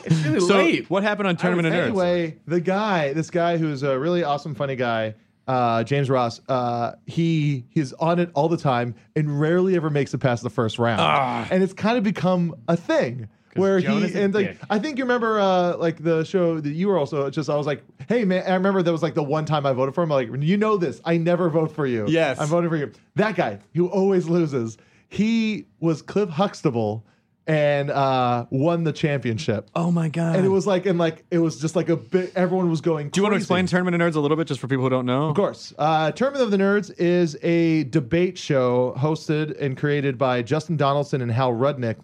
S3: it's really
S2: So,
S3: late.
S2: what happened on Tournament of Nerds?
S1: Anyway, the guy, this guy who's a really awesome, funny guy, uh, James Ross, uh, he he's on it all the time and rarely ever makes it past the first round.
S2: Ah.
S1: And it's kind of become a thing. Where he
S3: Jonah's a
S1: and like
S3: dick.
S1: I think you remember uh like the show that you were also just I was like, hey man, I remember that was like the one time I voted for him. like, you know this. I never vote for you.
S2: Yes.
S1: I'm voting for you. That guy who always loses, he was Cliff Huxtable and uh won the championship.
S2: Oh my god!
S1: And it was like, and like, it was just like a bit, everyone was going.
S2: Do you want to explain Tournament of Nerds a little bit, just for people who don't know?
S1: Of course. Uh, Tournament of the Nerds is a debate show hosted and created by Justin Donaldson and Hal Rudnick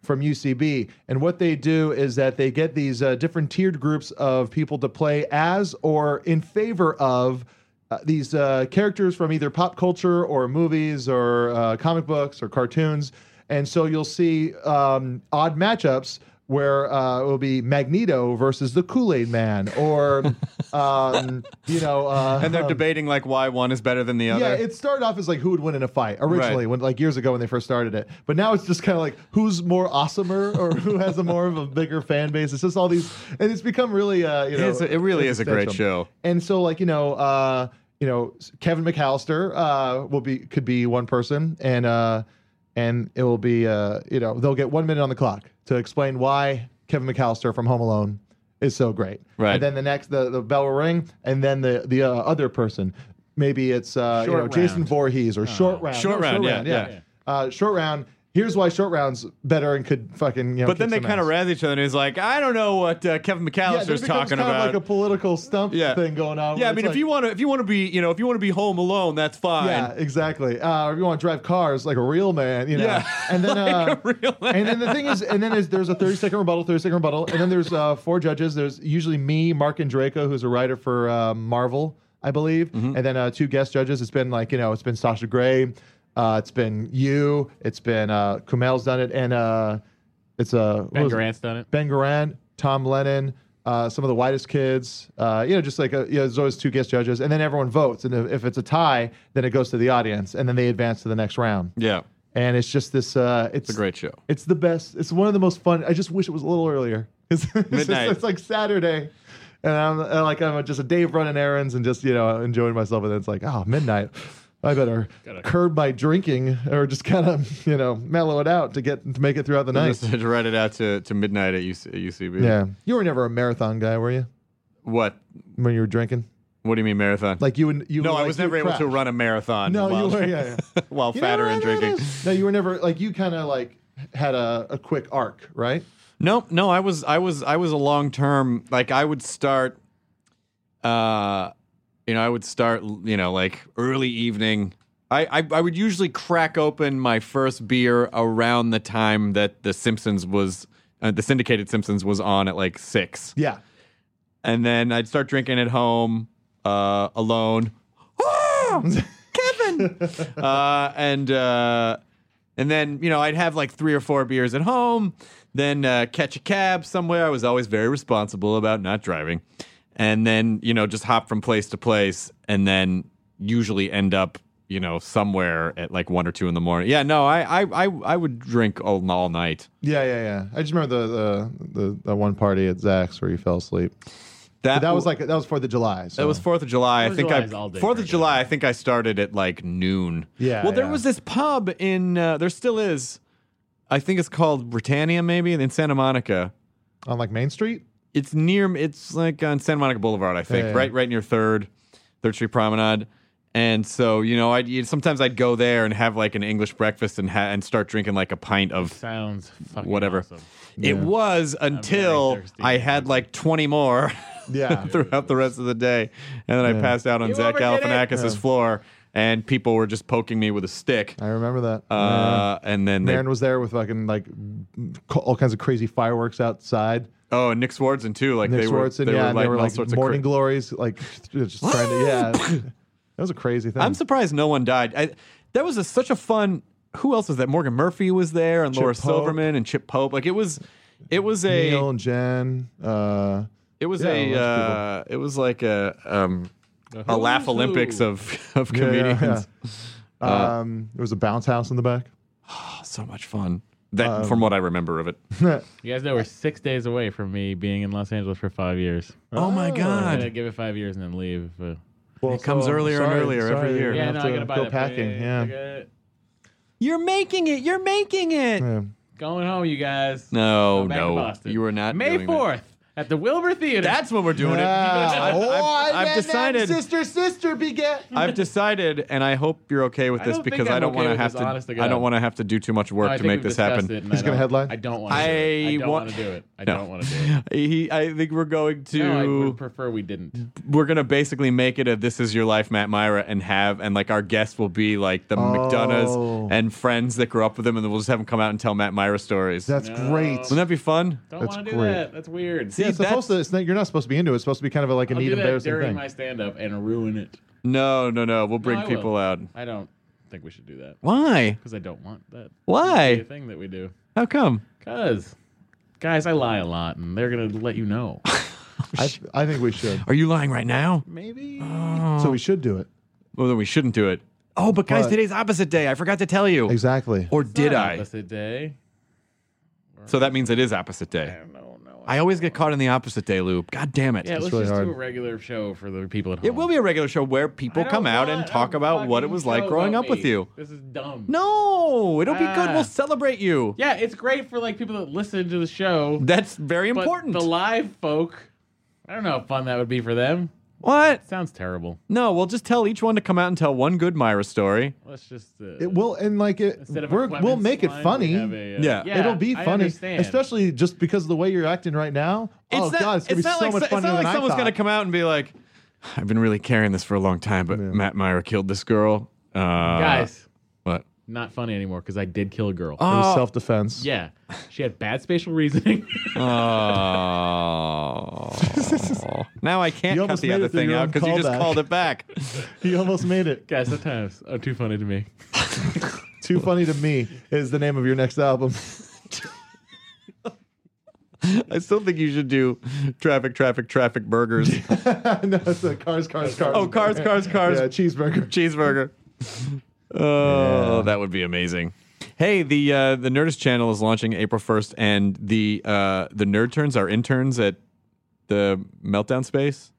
S1: from UCB. And what they do is that they get these uh, different tiered groups of people to play as or in favor of. Uh, these uh, characters from either pop culture or movies or uh, comic books or cartoons. And so you'll see um, odd matchups where uh, it will be Magneto versus the Kool Aid Man or, [laughs] um, you know. Uh,
S2: And they're
S1: um,
S2: debating like why one is better than the other.
S1: yeah, it started off as like who would win in a fight originally,
S2: Right.
S1: when like years ago when they first started it. But now it's just kind of like who's more awesomer or who has a more of a bigger fan base. It's just all these, and it's become really, uh, you know,
S2: It's- it really is a great
S1: existential.
S2: show.
S1: And so like you know, uh, you know, Kevin McAllister uh, will be could be one person, and uh, and it will be uh, you know they'll get one minute on the clock to explain why Kevin McAllister from Home Alone is so great.
S2: Right.
S1: And then the next the, the bell will ring, and then the the uh, other person. Maybe it's uh, you
S3: Short
S1: know, Jason
S3: round. Oh.
S1: Voorhees or short round.
S2: Short round, yeah, yeah.
S1: Uh, short round. Here's why short round's better and could fucking. You know,
S2: But then
S1: kick
S2: they
S1: some
S2: kind of
S1: ass.
S2: razz each other, and he's like, "I don't know what uh, Kevin
S1: Yeah, there
S2: McAllister's
S1: becomes
S2: talking
S1: kind
S2: about."
S1: of like a political stump
S2: Yeah.
S1: thing going on.
S2: yeah,
S1: where
S2: I mean,
S1: it's
S2: if you
S1: like-
S2: want to, if you want to be, you know, if you want to be home alone, that's fine.
S1: Yeah,
S2: [laughs]
S1: exactly. Uh, if you want to drive cars like a real man, you know.
S2: Yeah.
S1: And
S2: [laughs]
S1: then, uh,
S2: a real
S1: [laughs]
S2: man.
S1: and then the thing is, and then is, there's a 30 second rebuttal, 30 second rebuttal, and then there's uh, four judges. There's usually me, Mark and Draco, who's a writer for uh, Marvel, I believe,
S2: Mm-hmm.
S1: and then uh, two guest judges. It's been like you know, it's been Sasha Grey, uh, it's been you, it's been uh, Kumail's done it, and uh, it's uh, who
S3: Ben
S1: was it?
S3: Grant's done it.
S1: Ben Garant, Tom Lennon, uh, some of the whitest kids. Uh, you know, just like a, you know, there's always two guest judges, and then everyone votes. And if, if it's a tie, then it goes to the audience, and then they advance to the next round.
S2: yeah,
S1: And it's just this. Uh, it's,
S2: it's a great show.
S1: It's the best. It's one of the most fun. I just wish it was a little earlier. [laughs] It's, it's, just-
S2: Midnight.
S1: it's like Saturday. And I'm uh, like I'm just a day of running errands and just you know enjoying myself and then it's like oh midnight I better curb my drinking or just kind of [laughs] you know mellow it out to get to make it throughout the night.
S2: Just to write it out to, to midnight at, UC, at UCB.
S1: Yeah. You were never a marathon guy, were you?
S2: What?
S1: When you were drinking?
S2: What do you mean marathon?
S1: Like you would you
S2: no,
S1: would,
S2: I
S1: like,
S2: was
S1: you
S2: never
S1: would
S2: able to
S1: crash.
S2: run a marathon.
S1: No, you
S2: while,
S1: were yeah. yeah.
S2: [laughs] while
S1: You know
S2: fatter
S1: what?
S2: and
S1: I know
S2: drinking.
S1: this. No, you were never like you kind of like had a, a quick arc, right?
S2: No, no, I was I was I was a long term like I would start uh you know, I would start you know, like early evening. I, I I would usually crack open my first beer around the time that the Simpsons was uh, the syndicated Simpsons was on at like 6.
S1: Yeah.
S2: And then I'd start drinking at home uh
S1: [laughs]
S2: alone. Ah! Kevin. uh and uh And then, you know, I'd have like three or four beers at home, then uh, catch a cab somewhere. I was always very responsible about not driving. And then, you know, just hop from place to place and then usually end up, you know, somewhere at like one or two in the morning. Yeah, no, I I, I, I would drink all, all night.
S1: Yeah, yeah, yeah. I just remember the the, the the one party at Zach's where you fell asleep. But
S2: That,
S1: that
S2: w-
S1: was like that was Fourth of July. So.
S2: Uh, That was Fourth of July. I
S3: Fourth of
S2: think
S3: July
S2: I
S3: is all day
S2: Fourth of
S3: drinking.
S2: July. I think I started at like noon.
S1: Yeah,
S2: Well, there
S1: yeah.
S2: was this pub in. Uh, there still is. I think it's called Britannia, maybe in Santa Monica.
S1: on like Main Street.
S2: It's near. It's like on Santa Monica Boulevard, I think.
S1: Yeah, yeah.
S2: Right, right near Third, Third Street Promenade. And so you know, I sometimes I'd go there and have like an English breakfast and ha- and start drinking like a pint of
S3: Sounds fucking
S2: whatever.
S3: awesome.
S2: It was until
S3: thirsty.
S2: I had like twenty more. [laughs]
S1: Yeah.
S2: throughout the rest of the day. And then I passed out on
S3: You
S2: Zach
S3: overdid it.
S2: Galifianakis' floor, and people were just poking me with a stick.
S1: I remember that.
S2: Uh, and then they,
S1: Marin was there with fucking like co- all kinds of crazy fireworks outside.
S2: oh, and Nick Swartzen too. Like
S1: Nick
S2: they were,
S1: Swartzen,
S2: they
S1: yeah, and
S2: were
S1: they
S2: lighting
S1: were
S2: all
S1: like
S2: sorts of.
S1: morning
S2: cra-
S1: glories, like just trying to
S2: [laughs]
S1: yeah. That was a crazy thing.
S2: I'm surprised no one died. I, that was a, such a fun. Who else was that? Morgan Murphy was there, and Laura
S1: Pope.
S2: Silverman, and Chip Pope. Like it was, it was a,
S1: Neil and Jen. Uh,
S2: it was
S1: Yeah, lots of
S2: a,
S1: people.
S2: uh, it was like a, um, a laugh
S3: who's who.
S2: Olympics of of
S1: yeah, yeah,
S2: comedians. [laughs]
S1: yeah.
S2: Uh,
S1: Um, there was a bounce house in the back.
S2: So much fun. That
S1: Um,
S2: from what I remember of it.
S3: You guys know we're six days away from me being in Los Angeles for five years.
S2: Oh my
S3: I'm gonna
S2: god.
S3: give it five years and then leave. but-
S1: Well,
S2: It comes earlier and earlier every year. You're
S3: Yeah,
S2: gonna
S3: no,
S1: have
S3: I
S1: to
S3: gotta buy
S1: go
S3: that
S1: packing.
S3: place.
S1: Yeah.
S3: I got-
S2: You're making it. You're making it.
S1: yeah.
S3: Going home, you guys.
S2: No,
S3: Go back to
S2: no.
S3: Boston.
S2: You are not
S3: May
S2: doing that.
S3: 4th at the Wilbur Theater.
S2: That's when we're doing it.
S1: Ah,
S2: I've, I've-
S1: oh, I
S2: I've
S1: met that
S2: decided.
S1: Sister, sister, beget.
S2: I've decided, and I hope you're okay with
S3: I
S2: this
S3: don't think
S2: because
S3: I'm
S2: I don't
S3: okay
S2: want
S3: with
S2: have
S3: this,
S2: to.
S3: honest to
S2: I
S3: God.
S2: don't want to have to do too much
S3: No,
S2: work
S3: I
S2: to
S3: think
S2: make
S3: we've
S2: this
S3: discussed
S2: happen.
S3: it, and
S1: He's
S3: I
S1: gonna
S3: don't-
S1: headline?
S3: I don't want to.
S2: I
S3: do it. I don't
S2: want-
S3: want to do it. I
S2: No.
S3: don't want to do it.
S2: He, I think we're going to.
S3: No, I would prefer we didn't.
S2: we're gonna basically make it a "This Is Your Life" Matt Myra and have and like our guests will be like the
S1: Oh.
S2: McDonoughs and friends that grew up with them, and then we'll just have them come out and tell Matt Myra stories.
S1: That's
S3: No.
S1: great.
S2: Wouldn't that be fun?
S3: Don't
S1: That's
S3: want to do
S1: great.
S3: that. That's weird.
S2: See,
S1: yeah, it's supposed to, it's not, you're not supposed to be into it. It's supposed to be kind of a, like a
S3: I'll
S1: neat,
S3: do that
S1: embarrassing
S3: during
S1: thing.
S3: my stand-up and ruin it.
S2: No, no, no. We'll bring
S3: I will.
S2: people out.
S3: I don't think we should do that
S2: Why?
S3: because I don't want that. to be a
S2: Why?
S3: thing that we do.
S2: How come?
S3: Cause, guys, I lie a lot, and they're gonna let you know.
S1: I, I think we should.
S2: Are you lying right now?
S3: Maybe.
S1: So we should do it.
S2: Well, then we shouldn't do it. Oh, but guys,
S1: What?
S2: today's opposite day. I forgot to tell you.
S1: Exactly.
S2: Or [laughs] did I?
S3: Opposite day.
S2: So that means it is opposite
S3: I
S2: day.
S3: don't know.
S2: I always get caught in the opposite day loop. God damn it.
S3: yeah, let's
S1: really
S3: just
S1: hard.
S3: do a regular show for the people at home.
S2: It will be a regular show where people
S3: I
S2: come
S3: don't
S2: out
S3: want
S2: and talk
S3: a
S2: about what it
S3: fucking
S2: was like
S3: show
S2: growing
S3: about
S2: up with
S3: me.
S2: you.
S3: This is dumb.
S2: No, it'll be good.
S3: Ah.
S2: We'll celebrate you.
S3: Yeah, it's great for like people that listen to the show.
S2: That's very
S3: but
S2: important.
S3: The live folk. I don't know how fun that would be for them.
S2: what?
S3: Sounds terrible.
S2: No, we'll just tell each one to come out and tell one good Myra story.
S3: Let's just uh,
S1: It will, and like it,
S3: instead of a
S1: we're, we'll
S3: Clemens
S1: make it
S3: line, we
S1: funny.
S3: have a, uh,
S2: Yeah.
S1: It'll be
S3: I
S1: funny,
S3: understand.
S1: especially just because of the way you're acting right now. oh
S2: not,
S1: God, it's gonna be so
S2: not like,
S1: much
S2: so-
S1: funnier
S2: It's not
S1: than
S2: like
S1: I
S2: someone's
S1: thought.
S2: gonna come out and be like, "I've been really carrying this for a long time, but Matt Myra killed this girl." Uh,
S3: guys,
S2: what?
S3: not funny anymore because I did kill a girl.
S1: It was
S2: Oh.
S1: self-defense.
S3: Yeah, she had bad spatial reasoning. [laughs]
S2: Oh. [laughs] now I can't
S1: You
S2: cut
S1: almost
S2: the
S1: made
S2: other
S1: it through
S2: thing
S1: your
S2: out
S1: own
S2: because you just
S1: callback.
S2: called
S1: [laughs]
S2: it back.
S1: [laughs] he almost made it.
S3: guys, sometimes are uh, too funny to me.
S1: Too funny to me is the name of your next album. [laughs]
S2: I still think you should do traffic, traffic, traffic
S1: [laughs]
S2: burgers,
S1: no, it's the Cars, Cars, Cars.
S2: Oh, Cars, Cars, Cars.
S1: Yeah, cheeseburger.
S2: cheeseburger. [laughs] Oh, that would be amazing. Hey, the uh, the Nerdist channel is launching April first, and the uh, the Nerd Turns are interns at the Meltdown Space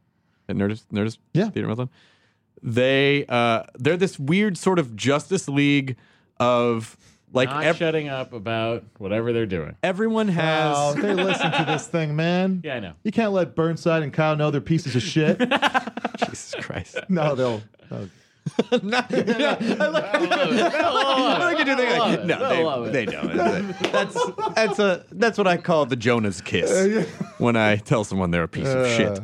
S2: at Nerdist Nerdist
S1: Yeah.
S2: Theater Meltdown. They uh, they're this weird sort of Justice League of like
S3: Not
S2: ev-
S3: shutting up about whatever they're doing.
S2: everyone has.
S1: Oh, they listen to this thing, man.
S3: Yeah, I know.
S1: You can't let Burnside and Kyle know they're pieces of
S2: [laughs]
S1: shit.
S2: [laughs] Jesus Christ.
S1: no, they'll. no.
S2: [laughs] I like to do things like-
S3: it.
S2: no,
S3: They'll
S2: they,
S3: love it.
S2: they don't.
S1: [laughs]
S2: That's that's a that's what I call the Jonah's
S1: Uh,
S2: kiss when I tell someone they're a piece of shit.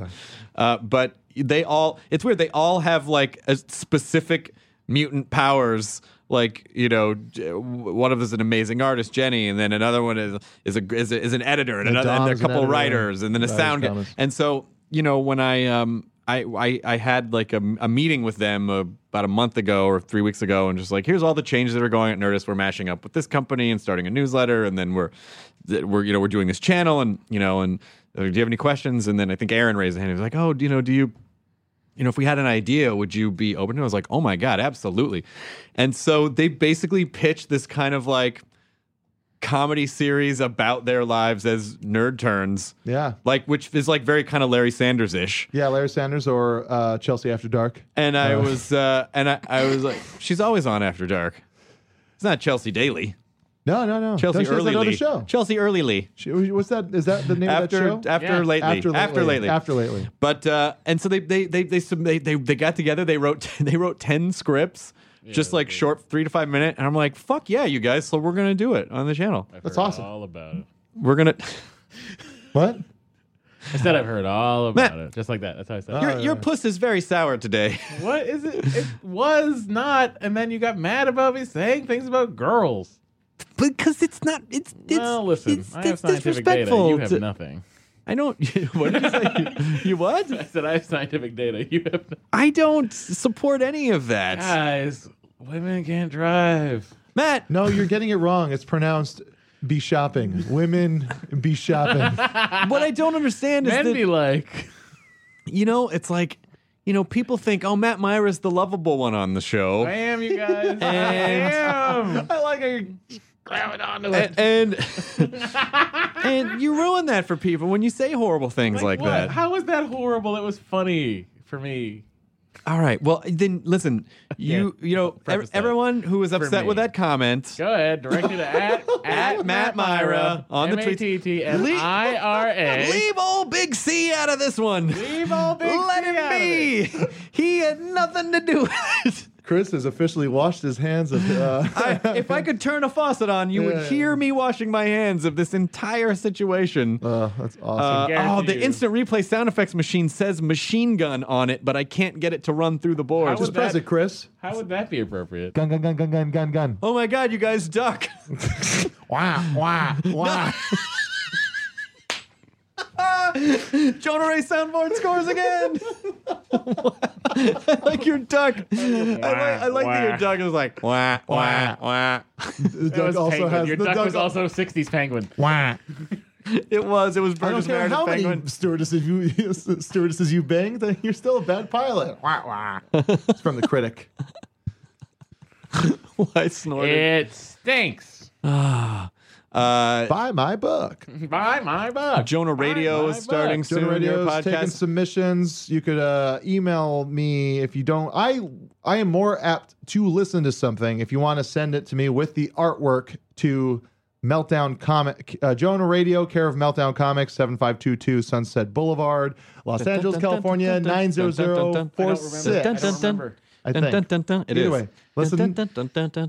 S2: Uh, but they all it's weird. They all have like a specific mutant powers. Like you know, j- w- one of them is an amazing artist, Jenny, and then another one is is a is, a, is an editor, and
S1: The
S2: another and there are a
S1: Dom's an
S2: couple
S1: editor.
S2: writers, and then a
S1: Writers,
S2: sound guy.
S1: Thomas.
S2: And so, you know, when I um I I, I had like a, a meeting with them a about a month ago or three weeks ago and just like, here's all the changes that are going at Nerdist. We're mashing up with this company and starting a newsletter, and then we're that we're you know we're doing this channel and you know and uh, do you have any questions? And then I think Aaron raised a hand. He was like, oh, do you know, do you you know, if we had an idea, would you be open to it? I was like, oh my God, absolutely. And so they basically pitched this kind of like comedy series about their lives as nerd turns.
S1: Yeah.
S2: Like, which is like very kind of Larry Sanders ish.
S1: Yeah, Larry Sanders or uh, Chelsea After Dark.
S2: And I
S1: Oh.
S2: was, uh, and I, I was like, she's always on After Dark. It's not Chelsea Daly.
S1: No, no, no.
S2: Chelsea
S1: Don't she has
S2: Early
S1: that other
S2: Lee.
S1: show.
S2: Chelsea Early Lee.
S1: She- What's that? Is that the name
S2: After,
S1: of that show?
S2: after
S3: Yeah.
S2: lately. After lately.
S1: After lately.
S2: But uh, and so they they they they sub- they they, they got together. They wrote [laughs] they wrote ten scripts, just like short three to five minute. And I'm like, fuck yeah, you guys! So we're gonna do it on the channel.
S1: That's
S3: Heard
S1: awesome.
S3: All about it.
S2: We're gonna. [laughs]
S1: What?
S3: Instead, I've heard all about
S2: Matt.
S3: it. Just like that. That's how I said.
S2: your
S3: it.
S1: Uh.
S2: your puss is very sour today. [laughs]
S3: What is it? It was not, and then you got mad about me saying things about girls.
S2: because it's not. It's it's.
S3: well, listen,
S2: it's,
S3: I have
S2: it's
S3: scientific data.
S2: disrespectful.
S3: You have
S2: to-
S3: nothing. [laughs]
S2: I don't. [laughs] what did you say? You, you
S3: I
S2: what?
S3: said I have scientific data. You have nothing.
S2: I don't support any of that,
S3: guys. Women can't drive.
S2: Matt.
S3: [laughs]
S1: No, you're getting it wrong. It's pronounced be shopping. Women be
S2: [laughs]
S1: shopping.
S2: What I don't understand is
S3: Men
S2: that
S3: be like,
S2: you know it's like you know people think oh Matt Myra's the lovable one on the show.
S3: [laughs] [laughs] damn you guys, damn.
S1: I like how you're
S3: Grabbing onto it.
S2: A-
S3: [laughs]
S2: and and you ruin that for people when you say horrible things like,
S3: what?
S2: that.
S3: How was that horrible? It was funny for me.
S2: All right. Well, then
S3: [laughs]
S2: listen. You you know ev-
S3: preface that.
S2: everyone who was upset
S3: me.
S2: with that comment.
S3: Go ahead,
S2: [laughs]
S3: directed at
S2: At Matt Myra on the tweets.
S3: M-A-T-T-M-I-R-A.
S2: Leave old Big C out of this one.
S3: Leave all big
S2: Let
S3: C out of it.
S2: him be. [laughs] He had nothing to do with it.
S1: Chris has officially washed his hands of uh, [laughs]
S2: I, if I could turn a faucet on,
S1: Yeah.
S2: you would hear me washing my hands of this entire situation.
S1: uh, that's
S2: Uh,
S1: awesome.
S2: oh,
S3: guarantee
S2: the
S3: you.
S2: instant replay sound effects machine says machine gun on it, but I can't get it to run through the board.
S3: How
S1: Just
S3: would
S1: press
S3: that-
S1: it, Chris.
S3: How would that be appropriate?
S1: Gun, gun, gun, gun, gun, gun, gun.
S2: oh my god, you
S1: [laughs]
S2: guys duck.
S1: Wow, wow, wow.
S2: [laughs] Jonah Ray soundboard scores again. [laughs] I like your duck. I like, I like that your
S3: Wah,
S2: duck is like wah wah wah.
S1: The
S3: It was
S1: duck also
S3: penguin.
S1: has
S3: Your
S1: the
S3: duck
S1: duck
S3: was also 60s penguin.
S1: Wow.
S2: It was. It was
S1: I don't
S2: Burgess
S1: care
S2: Meredith
S1: how many
S2: Penguin. [laughs]
S1: stewardesses you [laughs] stewardesses you banged, then you're still a bad pilot.
S3: [laughs]
S1: it's from the critic.
S2: I snorted.
S3: It stinks.
S2: Uh,
S1: Buy my book.
S3: Buy my buck.
S2: Jonah
S3: Buy
S2: Radio
S3: my
S2: is starting
S3: buck.
S2: soon.
S1: Jonah
S2: your
S1: Radio's taking
S2: podcast.
S1: submissions. You could uh, email me if you don't. I I am more apt to listen to something if you want to send it to me with the artwork to Meltdown Comic uh, Jonah Radio, care of Meltdown Comics, seven five two two Sunset Boulevard, Los Angeles, California nine zero zero four six.
S3: remember.
S1: I think.
S2: It
S1: Either
S2: is.
S1: way, listen-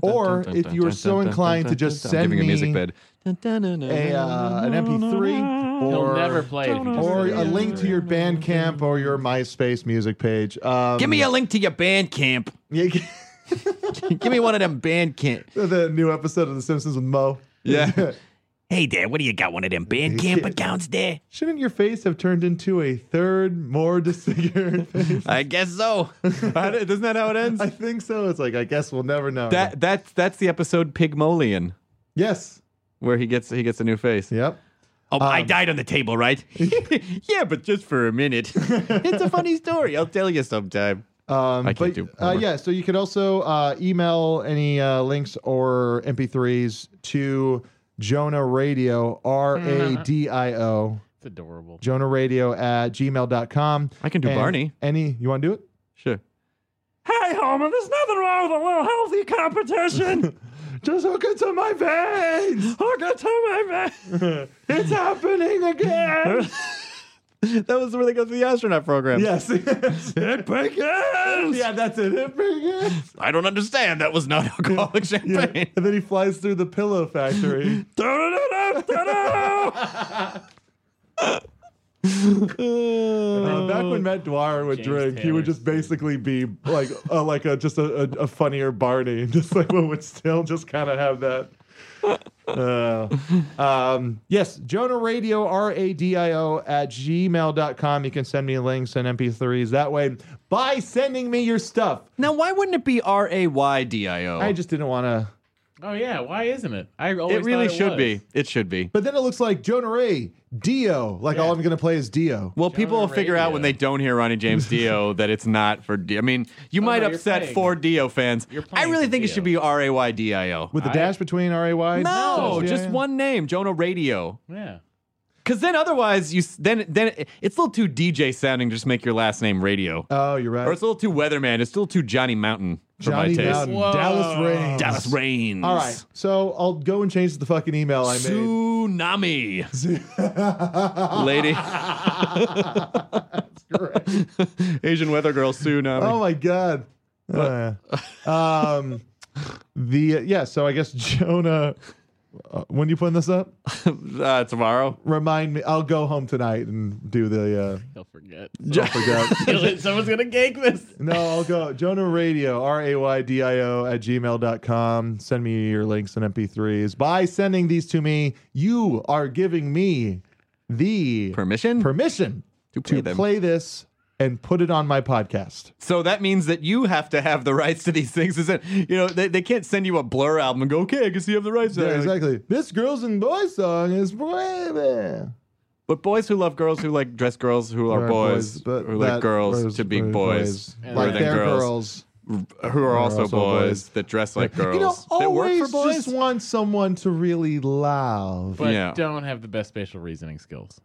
S1: or if you are so inclined to just
S2: I'm
S1: send
S2: giving a music
S1: me
S2: bed.
S1: a, uh, an MP3
S3: He'll
S1: or,
S3: never play it. if you just
S1: or
S3: say
S1: a
S3: it.
S1: link to your Bandcamp or your MySpace music page. Um,
S2: Give me a link to your Bandcamp.
S1: Yeah,
S2: Give me one of them Bandcamp.
S1: the new episode of The Simpsons with Mo.
S2: Yeah.
S4: Hey there, what do you got? One of them Bandcamp accounts there?
S1: Shouldn't your face have turned into a third, more disfigured [laughs] face?
S2: I guess so. Isn't that how it ends?
S1: I think so. It's like I guess we'll never know.
S2: That that's that's the episode Pygmalion,
S1: yes.
S2: where he gets he gets a new face.
S1: Yep.
S4: Oh, I died on the table, right?
S2: Um, [laughs] yeah, but just for
S4: [laughs]
S2: a minute. it's a funny story. I'll tell you sometime.
S1: Um,
S2: I can't
S1: but,
S2: do
S1: uh,
S2: Homer.
S1: yeah, so you could also uh, email any uh, links or MP3s to Jonah Radio, R A D I O,
S3: It's adorable.
S1: Jonah Radio at gmail.com.
S2: I can do
S1: And
S2: Barney.
S1: Any, you want to do it?
S2: Sure.
S4: Hey, Homer, there's nothing wrong with a little healthy
S2: [laughs]
S4: competition.
S1: Just hook it to
S4: [laughs]
S1: my veins.
S2: Oh,
S4: Hook it to my man.
S1: It's happening again.
S2: That was where they go through the astronaut program.
S1: [laughs] yes. [laughs]
S4: It begins.
S1: yeah, that's it. It [laughs] begins.
S4: I don't understand. That was not alcoholic
S2: [laughs]
S4: champagne.
S1: And then he flies through the pillow factory.
S4: Da-da-da-da-da-da.
S2: [laughs]
S4: [laughs]
S1: Uh, back when Matt Dwyer would drink, he would
S3: Taylor's
S1: just basically be [laughs] like, uh, like a just a, a, a funnier Barney, just like what would still just kind of have that Uh, um, yes, Jonah Radio, R A D I O, at gmail.com. You can send me links and MP3s that way by sending me your stuff.
S2: Now, why wouldn't it be R A Y D I O?
S1: I just didn't want to.
S3: Oh yeah, why isn't it? I always
S2: It really
S3: thought
S2: should
S3: was.
S2: be. It should be.
S1: But then it looks like Jonah Ray, Dio. Like all I'm going to play is Dio.
S2: Well, people will
S3: Jonah
S2: figure out when they
S3: Radio.
S2: don't hear
S1: [laughs]
S2: Ronnie James Dio that it's not for Dio. I mean, you might
S3: no, you're
S2: upset
S3: playing-
S2: four Dio fans.
S3: you're playing
S2: I really
S3: for
S2: think it
S3: Dio.
S2: should be R A Y D I O.
S1: With the
S3: I-
S1: dash between R A Y?
S2: No, Oh, just one name, Jonah Radio.
S3: Yeah.
S2: Because then otherwise, you s- then then it- it's a little too DJ sounding to just make your last name Radio,
S1: Oh, you're right.
S2: or it's a little too Weatherman. It's still too Johnny Mountain for
S1: Johnny
S2: my taste.
S1: Mountain,
S3: Whoa.
S1: Dallas Rain.
S2: Dallas Rains.
S1: All right. So I'll go and change the fucking email I made.
S2: Tsunami.
S1: [laughs]
S2: Lady. Asian weather girl, tsunami.
S1: Oh my
S2: [laughs]
S1: god. Uh, um, the yeah. So I guess Jonah. Uh, when you putting this up?
S2: uh, tomorrow.
S1: Remind me. I'll go home tonight and do the.
S3: He'll forget.
S1: Uh, I
S2: [laughs]
S1: forgot.
S3: Someone's gonna gank this.
S1: no, I'll go. Jonah Radio, R A Y D I O at gmail.com. Send me your links and MP3s. By sending these to me, you are giving me the
S2: Permission?
S1: permission
S2: To play
S1: to
S2: them.
S1: play this and put it on my podcast.
S2: so that means that you have to have the rights to these things. Is it? You know, they, they can't send you a Blur album and go, okay, I guess you have the rights. to
S1: Yeah,
S2: that." Like,
S1: exactly. This girls and boys song is baby.
S2: But boys who love girls who like dress girls who are, boys, who like
S1: that
S2: girls
S1: was
S2: to be
S1: really
S2: boys, rather
S1: like
S2: than
S1: their
S2: girls,
S1: girls.
S2: who are also,
S1: also
S2: boys,
S1: boys.
S2: that dress like girls
S1: You know,
S2: that
S1: always
S2: work for boys.
S1: just want someone to really love.
S3: But
S2: Yeah.
S3: don't have the best spatial reasoning skills.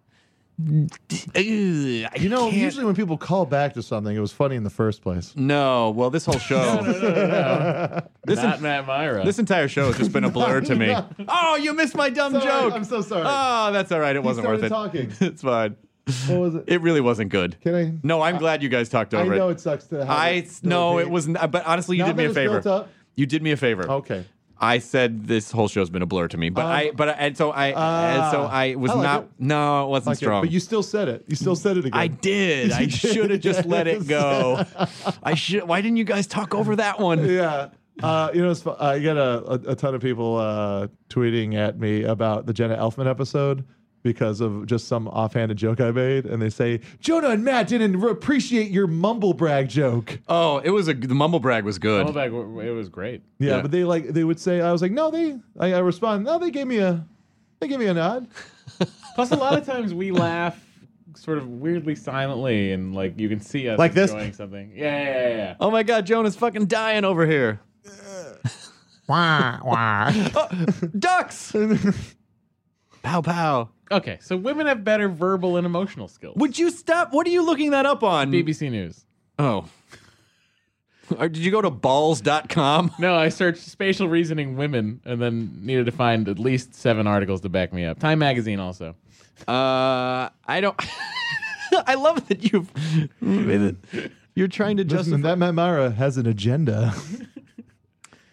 S1: you know, usually when people call back to something, it was funny in the first place.
S2: no, well, this
S1: [laughs]
S2: whole show. [laughs] This
S3: Not
S2: en-
S3: Matt Myra.
S2: This entire show has just been a
S1: [laughs]
S2: blur to me. Oh, you missed my dumb
S1: Sorry,
S2: joke.
S1: I'm so sorry.
S2: Oh, that's all right. It wasn't worth it.
S1: started talking.
S2: [laughs] it's fine.
S1: What was it?
S2: It really wasn't good.
S1: Can I?
S2: No, I'm glad you guys talked
S1: I
S2: over
S1: know
S2: it.
S1: it sucks to. Have
S2: I no, it was. not But honestly, you
S1: Now
S2: did me
S1: that
S2: a
S1: it's built
S2: favor.
S1: up- Oh.
S2: You did me a favor.
S1: okay.
S2: I said this whole show's been a blur to me, but
S1: Um,
S2: I but I, and so I and so I was
S1: Ah. I like
S2: not.
S1: it.
S2: No, it wasn't
S1: Like it,
S2: strong.
S1: but you still said it. You still said it again.
S2: I
S1: [laughs]
S2: did. I should have just let it go. I should. Why didn't you guys talk over that one?
S1: yeah. Uh, you know, it's, fu- I get a, a, a ton of people uh, tweeting at me about the Jenna Elfman episode because of just some offhanded joke I made, and they say Jonah and Matt didn't re- appreciate your mumble brag joke.
S2: Oh, it was a the mumble brag was good.
S3: Callback, w- w- it was great.
S1: Yeah,
S2: Yeah.
S1: but they like they would say I was like, no, they. I, I respond, no, they gave me a, they gave me a
S3: [laughs]
S1: nod.
S3: Plus, a lot of times we laugh sort of weirdly silently, and like you can see us
S1: Like this?
S3: enjoying something. Yeah, yeah, yeah. yeah.
S2: Oh my God, Jonah's fucking dying
S1: [laughs]
S2: over here. [laughs] Oh, Ducks. pow pow.
S3: Okay, so women have better verbal and emotional skills.
S2: Would you stop? What are you looking that up on?
S3: BBC News.
S2: Oh. [laughs] Or did you go to balls.com?
S3: No, I searched spatial reasoning women and then needed to find at least seven articles to back me up. Time magazine also.
S2: Uh, I don't. [laughs] I love that you've. You're trying to
S1: Listen,
S2: justify
S1: that Matt Myra has an
S3: [laughs]
S1: agenda.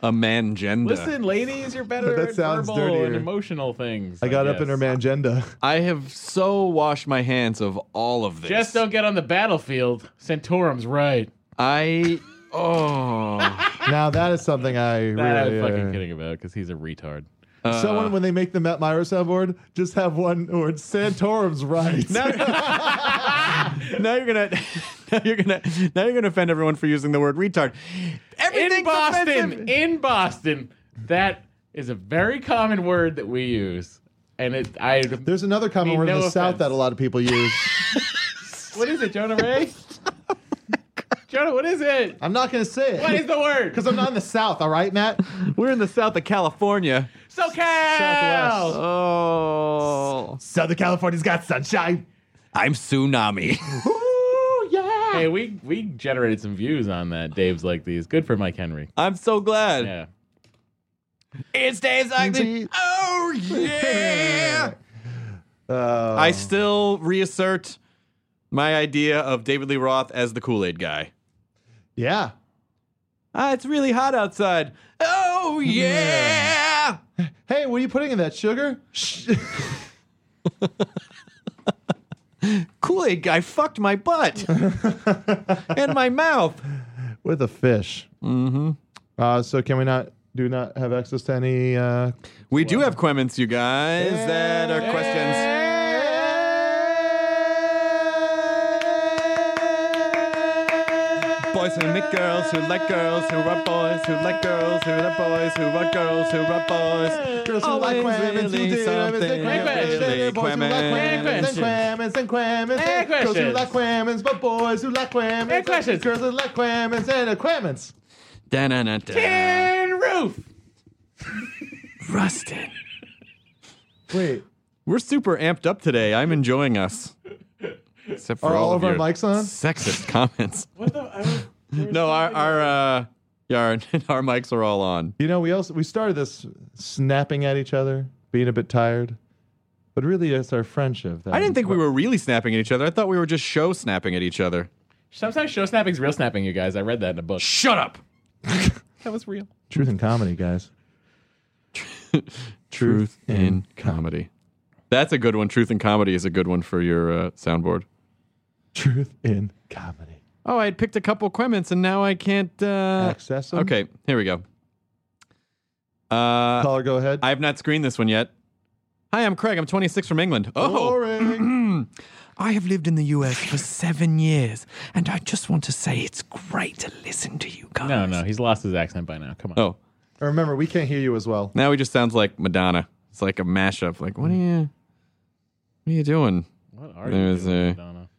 S2: a man gender.
S3: Listen, ladies, you're better
S1: But that
S3: at
S1: sounds
S3: verbal
S1: dirtier.
S3: and emotional things.
S1: I got up in
S3: guess.
S1: her man agenda.
S2: I have so washed my hands of all of this.
S3: Just don't get on the battlefield. Centaurum's right.
S2: I. Oh.
S1: now that is something
S3: [laughs]
S1: I
S3: That I
S1: really.
S3: was
S1: uh,
S3: fucking kidding Uh, about because he's a retard.
S1: Someone when they make the Matt Myra soundboard, just have one word. Santorum's
S3: [laughs]
S1: right.
S2: now you're gonna [laughs] now you're gonna now you're gonna offend everyone for using the word retard. Everything's
S3: in Boston,
S2: offensive.
S3: in Boston, that is a very common word that we use, and it. I.
S1: [laughs] There's another common
S3: Mean
S1: word in
S3: no
S1: the South
S3: offense.
S1: that a lot of people use.
S3: [laughs] What is it,
S1: [laughs]
S3: Jonah Ray? Jonah, what is it?
S1: I'm not going to say [laughs]
S3: What is
S1: it
S3: the word?
S1: because I'm not in the South. All right, Matt.
S2: We're in the south of California.
S3: [laughs] SoCal.
S2: Oh,
S1: Southern California's got sunshine.
S2: I'm tsunami.
S1: Ooh, yeah.
S3: Hey, we we generated some views on that. Dave's like these. Good for Mike Henry.
S2: [laughs] I'm so glad.
S3: Yeah.
S2: It's days like this.
S1: Indeed.
S2: Oh yeah.
S1: Uh,
S2: [laughs] I still reassert my idea of David Lee Roth as the Kool Aid guy.
S1: yeah.
S2: Ah, it's really hot outside. [laughs] Oh yeah.
S1: Hey, what are you putting in that sugar? [laughs]
S2: Kool Aid guy fucked my
S3: [laughs]
S2: butt and my mouth.
S1: With a fish. Mm-hmm. Uh, so can we not do not have access to any. Uh,
S2: We do have comments, you guys, that are questions. Boys who like girls, who like girls, who are boys, who like girls, who are boys, who are girls, who are boys.
S1: Girls who
S2: Always
S1: like women, who
S2: really
S1: do women,
S2: something,
S1: think women,
S2: really
S1: boys who
S2: women.
S1: like women, think women, think women,
S3: Eh,
S1: girls who
S3: questions.
S1: like women, but boys who like women,
S3: Eh, questions.
S1: girls who like women, and women.
S2: Da-na-na-da.
S3: And roof.
S2: Rustin.
S1: Wait,
S2: We're super amped up today. I'm enjoying us. Except for
S1: Are all
S2: all,
S1: of our
S2: your
S1: mics on?
S2: Sexist comments.
S3: What the?
S2: [laughs]
S3: I was,
S2: no, our our uh, yeah, our, our [laughs] mics are all on.
S1: you know we also we started this snapping at each other, being a bit tired, but really it's our friendship. That
S2: I didn't think we were really snapping at each other. I thought we were just show snapping at each other.
S3: sometimes show snapping's real snapping, you guys. I read that in a book.
S2: Shut up.
S3: That was real.
S1: truth and comedy, guys.
S2: Truth in comedy. That's a good one. Truth in comedy is a good one for your uh, soundboard.
S1: Truth in comedy.
S2: Oh, I had picked a couple comments and now I can't uh,
S1: Access 'em?
S2: Okay, here we go.
S1: [laughs]
S2: Uh,
S1: Caller, go ahead.
S2: I have not screened this one yet. Hi, I'm Craig. I'm 26 from England. Oh, [clears throat]
S1: Boring.
S5: I have lived in the US for seven years, and I just want to say it's great to listen to you guys.
S3: No, no, he's lost his accent by now. Come on.
S2: oh.
S1: And Remember, we can't hear you as
S2: [laughs]
S1: well.
S2: Now he just sounds like Madonna. It's like a mashup. Like, what are you? What are you doing?
S3: What are
S2: There
S3: you
S2: was
S3: doing,
S2: a-
S3: Madonna?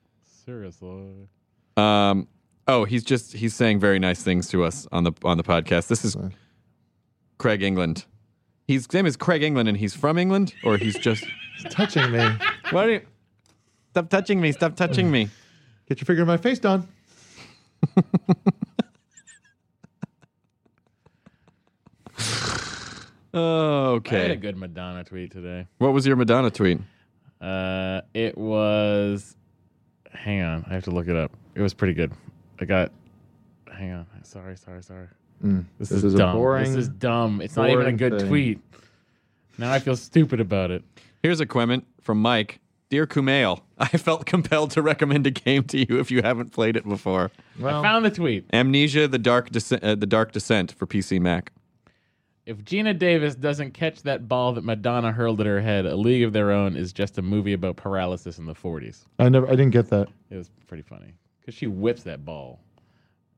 S3: Seriously.
S2: Um, oh, he's just he's saying very nice things to us on the on the podcast. This is Craig England. His name is Craig England, and he's from England, or he's just. [laughs]
S1: It's touching me.
S2: what are you? Stop touching me! Stop touching me!
S1: Get your finger in my face, Don.
S2: Oh,
S3: I had a
S2: okay.
S3: good Madonna tweet today.
S2: What was your Madonna tweet?
S3: Uh, it was. Hang on, I have to look it up. It was pretty good. I got. Hang on. Sorry, sorry, sorry. This,
S1: Mm. This
S3: is,
S1: is a
S3: dumb.
S1: boring-
S3: this is dumb. It's not even a
S1: boring
S3: good
S1: thing.
S3: tweet. Now I feel stupid about it.
S2: Here's a comment from Mike. Dear Kumail, [laughs] I felt compelled to recommend a game to you if you haven't played it before.
S1: Well,
S3: I found the tweet.
S2: Amnesia: The Dark Descent, uh, The Dark Descent for PC Mac.
S3: If Gina Davis doesn't catch that ball that Madonna hurled at her head, A League of Their Own is just a movie about paralysis in the 40s.
S1: I never, I didn't get that.
S3: It was pretty funny because she whips that ball,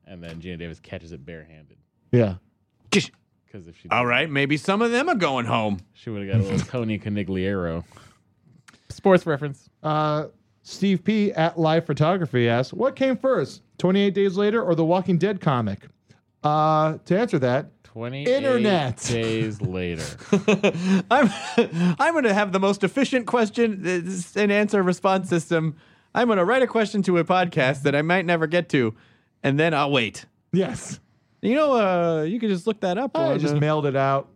S3: and then Gina Davis catches it barehanded.
S1: Yeah.
S3: Because if she,
S2: All right, maybe some of them are going home.
S3: she would have got a little Tony Canigliaro. Sports reference.
S1: Uh, Steve P at Live Photography asks, "What came first, 28 Days Later or the Walking Dead comic?" Uh, to answer that,
S3: Twenty
S1: Internet.
S2: [laughs]
S3: days later.
S2: [laughs] I'm [laughs] I'm going to have the most efficient question uh, and answer response system. I'm going to write a question to a podcast that I might never get to, and then I'll wait.
S1: yes,
S2: You know, uh, you can just look that up.
S1: I
S2: on,
S1: just
S2: uh,
S1: mailed it [laughs] out.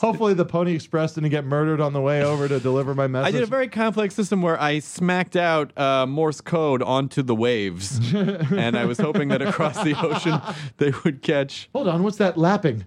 S1: Hopefully, the Pony Express didn't get murdered on the way over to deliver my
S2: I
S1: message.
S2: did a very complex system where I smacked out uh, Morse code onto the [laughs] waves, and I was hoping that across the ocean they would catch.
S1: Hold on, what's that lapping?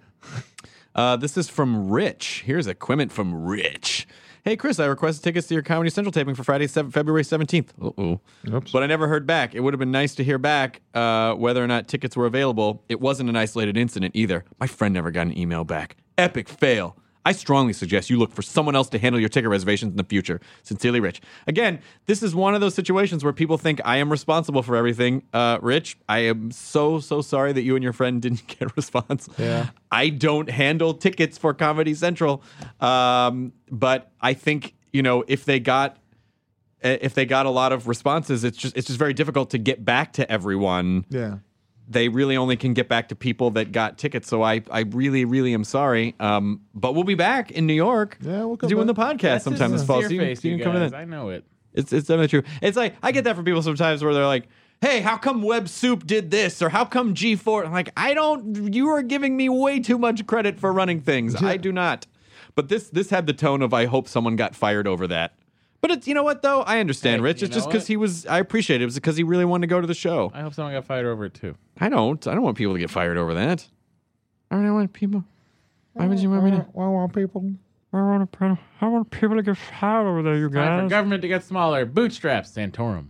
S2: Uh, this is from Rich. Here's a comment from Rich. Hey, Chris, I requested tickets to your Comedy Central taping for Friday, sev- February 17th. Uh-oh.
S1: Oops.
S2: But I never heard back. It would have been nice to hear back uh, whether or not tickets were available. It wasn't an isolated incident either. My friend never got an email back. Epic fail. I strongly suggest you look for someone else to handle your ticket reservations in the future. Sincerely, Rich. Again, this is one of those situations where people think I am responsible for everything. Uh, Rich, I am so, so sorry that you and your friend didn't [laughs] get a response.
S1: Yeah.
S2: I don't handle tickets for Comedy Central, um, but I think you know if they got if they got a lot of responses, it's just it's just very difficult to get back to everyone.
S1: Yeah.
S2: They really only can get back to people that got tickets. So I I really really am sorry. Um, but we'll be back in New York.
S1: Yeah, we'll come
S2: doing
S1: back.
S2: the podcast sometime this fall. So you,
S3: Face,
S2: so you
S3: you
S2: can come to
S3: guys.
S2: that.
S3: I know it.
S2: It's it's definitely true. It's like I get that from people sometimes where they're like, "Hey, how come Web Soup did this?" or "How come G4?" I'm like, "I don't. You are giving me way too much credit for running things. I do not." But this this had the tone of I hope someone got fired over that. But it's you know what though I understand
S3: Hey,
S2: Rich.
S3: you
S2: It's just
S3: know
S2: because
S3: what?
S2: he was I appreciate it. It was because he really wanted to go to the show.
S3: I hope someone got fired over it too.
S2: I don't I don't want people to get fired over that. I don't want people. Why would you want me to?
S1: Wow, wow, people.
S5: I want, to, I want people to get fired over there, you
S3: Time for
S5: guys.
S3: government to get smaller. Bootstraps. Santorum.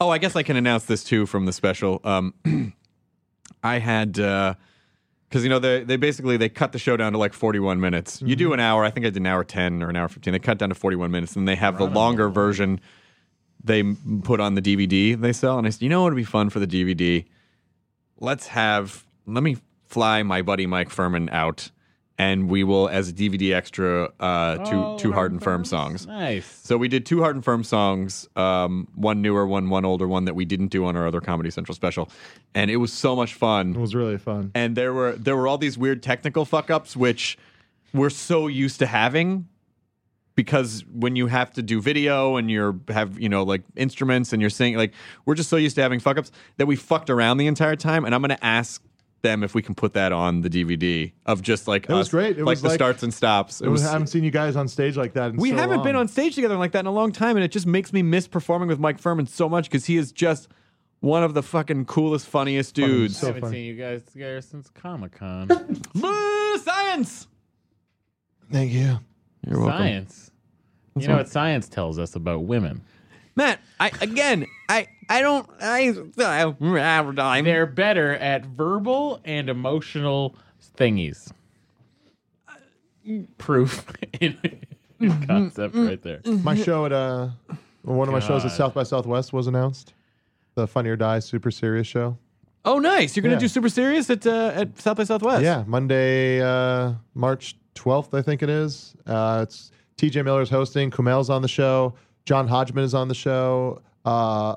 S2: Oh, [clears throat] I guess I can announce this too from the special. Um, I had uh, because you know they they basically they cut the show down to like 41 minutes. You do an hour, I think I did an hour 10 or an hour 15. They cut down to 41 minutes, and they have the longer version. They m- put on the DVD they sell, and I said, you know what would be fun for the DVD? Let's have let me fly my buddy Mike Furman out, and we will as a DVD extra uh, two two
S3: Oh,
S2: hard and firm songs.
S3: Nice.
S2: So we did two hard and firm songs, um, one newer, one one older, one that we didn't do on our other Comedy Central special, and it was so much fun
S1: It was really fun.
S2: and there were there were all these weird technical fuck ups which we're so used to having because when you have to do video and you're have you know like instruments and you're singing like we're just so used to having fuck ups that we fucked around the entire time and I'm gonna ask them if we can put that on the DVD of just like
S1: That was
S2: us,
S1: great. It
S2: like
S1: was
S2: the
S1: like-
S2: starts and stops. It
S1: I
S2: was
S1: haven't seen you guys on stage like that. In
S2: we
S1: so
S2: haven't
S1: long.
S2: been on stage together like that in a long time, and it just makes me miss performing with Mike Furman so much because he is just one of the fucking coolest, funniest dudes.
S3: I
S1: so
S3: haven't
S1: funny.
S3: seen you guys together since Comic Con.
S2: Boo, science.
S1: Thank you.
S2: You're
S3: science. You know what science tells us about women?
S2: Matt. I again, I I don't I I
S3: They're better at verbal and emotional thingies.
S1: Uh,
S3: Proof [laughs] in,
S1: Mm-hmm.
S3: in concept right there.
S1: My show at uh, one of my shows at
S3: God.
S1: South by Southwest was announced. The Funny or Die Super Serious show.
S2: Oh, nice! You're gonna
S1: Yeah.
S2: do Super Serious at uh, at South by Southwest.
S1: Yeah, Monday, uh, March 12th, I think it is. Uh, it's TJ Miller's hosting. Kumail's on the show. John Hodgman is on the show. Uh,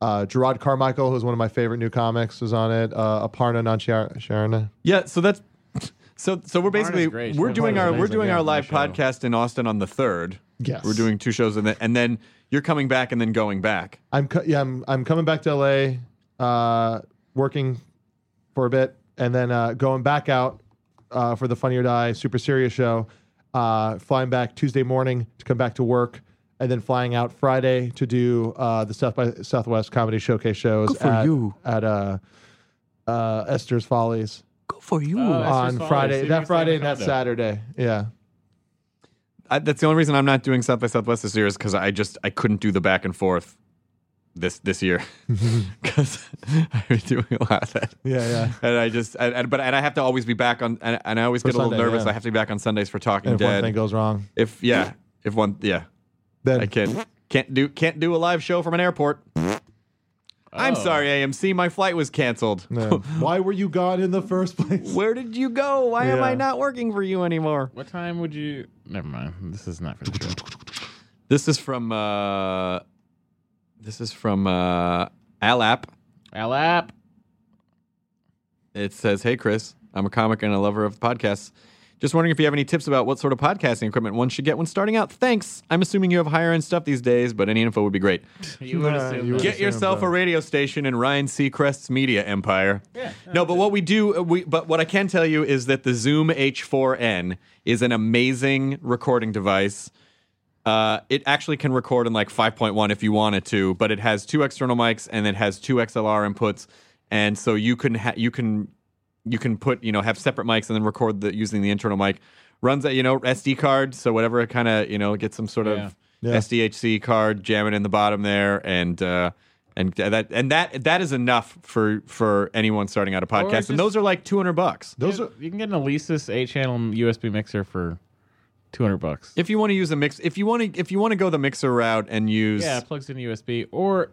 S1: uh, Gerard Carmichael, who's one of my favorite new comics, is on it. Uh, Aparna Nancharana.
S2: yeah. So that's so so we're basically
S3: is great.
S2: we're
S3: Barn
S2: doing
S3: is
S2: our we're
S3: amazing.
S2: doing
S3: Yeah,
S2: our
S3: my
S2: live
S3: show.
S2: podcast in Austin on the third.
S1: Yes.
S2: we're doing two shows and then and then you're coming back and then going back.
S1: I'm co- yeah, I'm I'm coming back to LA, uh, working for a bit, and then uh, going back out uh, for the Funny or Die Super Serious show. Uh, flying back Tuesday morning to come back to work, and then flying out Friday to do uh, the South by Southwest Comedy Showcase shows
S5: Good for
S1: at,
S5: you.
S1: at uh, uh, Esther's Follies
S5: Good for you.
S3: Oh, Esther's
S1: on
S3: Follies,
S1: Friday.
S3: Steve
S1: That Friday and that
S3: Santaconda.
S1: Saturday. Yeah.
S2: I, that's the only reason I'm not doing South by Southwest this year is because I just I couldn't do the back and forth this
S1: [laughs]
S2: this year [laughs] because I've been doing a lot of that.
S1: Yeah, yeah.
S2: And I just and, and- but and I have to always be back on and, and I always get a little
S1: Sunday,
S2: nervous.
S1: yeah.
S2: I have to be back on Sundays for Talking
S1: And if one
S2: Dead.
S1: thing goes wrong,
S2: if yeah, if one yeah,
S1: then
S2: I can't can't do can't do a live show from an airport. I'm
S3: Oh.
S2: sorry, AMC. My flight was canceled. [laughs]
S1: No. Why were you gone in the first place?
S2: Where did you go? Why am
S1: Yeah.
S2: I not working for you anymore?
S3: What time would you? Never mind. This is not for the show.
S2: This is from uh, this is from uh, Alap.
S3: Alap.
S2: It says, "Hey Chris, I'm a comic and a lover of podcasts. Just wondering if you have any tips about what sort of podcasting equipment one should get when starting out. Thanks. I'm assuming you have higher end stuff these days, but any info would be great.
S3: You would
S1: Nah,
S3: assume
S1: you
S3: that.
S1: would
S2: Get yourself a radio station in Ryan Seacrest's media empire. Yeah. No, but what we do, uh, we but what I can tell you is that the Zoom H4n is an amazing recording device. Uh, it actually can record in like 5.1 if you want it to, but it has two external mics and it has two XLR inputs, and so you can ha- you can you can put you know have separate mics and then record the using the internal mic. Runs a you know SD card, so whatever it kind of you know get some sort
S3: Yeah.
S2: of SDHC card, jam it in the bottom there, and uh, and that and that that is enough for for anyone starting out a podcast.
S3: just-
S2: and those are like 200 bucks
S1: [laughs] Those are
S3: You can get an Alesis eight channel USB mixer for two hundred bucks.
S2: if you want to use a mix. If you want to if you want to go the mixer route and use
S3: Yeah, it plugs in USB. Or,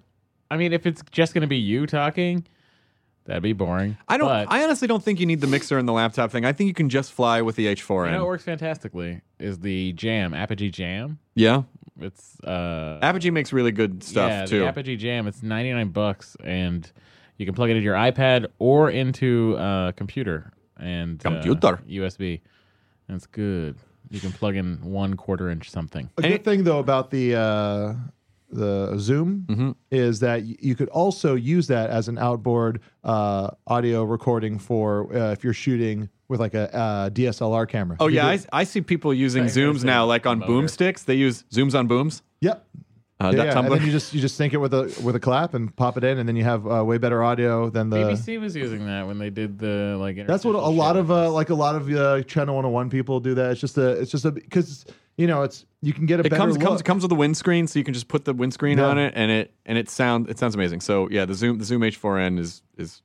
S3: I mean, if it's just going to be you talking, that'd be boring.
S2: I don't.
S3: But,
S2: I honestly don't think you need the mixer and the laptop thing. I think you can just fly with the
S3: you know, it
S2: H4n.
S3: works fantastically. Is the Jam Apogee Jam?
S2: yeah,
S3: It's uh,
S2: Apogee makes really good stuff
S3: yeah,
S2: too.
S3: The Apogee Jam. It's ninety nine bucks, and you can plug it into your iPad or into uh, computer and uh,
S2: Computer.
S3: USB. And it's good. You can plug in one quarter inch something.
S2: Uh,
S1: A good thing though about the uh, the Zoom
S2: Mm-hmm.
S1: is that y- you could also use that as an outboard uh, audio recording for uh, if you're shooting with like a uh, DSLR camera.
S2: oh
S1: You
S2: yeah,
S1: do-
S2: I, I see people using
S3: Same
S2: zooms
S3: thing.
S2: now, like on
S3: Motor.
S2: boomsticks. They use zooms on booms.
S1: yep.
S2: Uh,
S1: Yeah,
S2: dot
S1: yeah.
S2: Tumblr.
S1: And then you just you just sync it with a with a clap and pop it in, and then you have uh, way better audio than the.
S3: BBC was using that when they did the like.
S1: That's what a
S3: interstitial
S1: lot
S3: shit.
S1: of uh, like a lot of uh, Channel 101 people do. That it's just a it's just a because you know it's you can get a
S2: it
S1: better
S2: comes
S1: look.
S2: comes comes with a windscreen, so you can just put the windscreen
S1: Yeah.
S2: on it, and it and it sound it sounds amazing. So yeah, the zoom the zoom H4n is is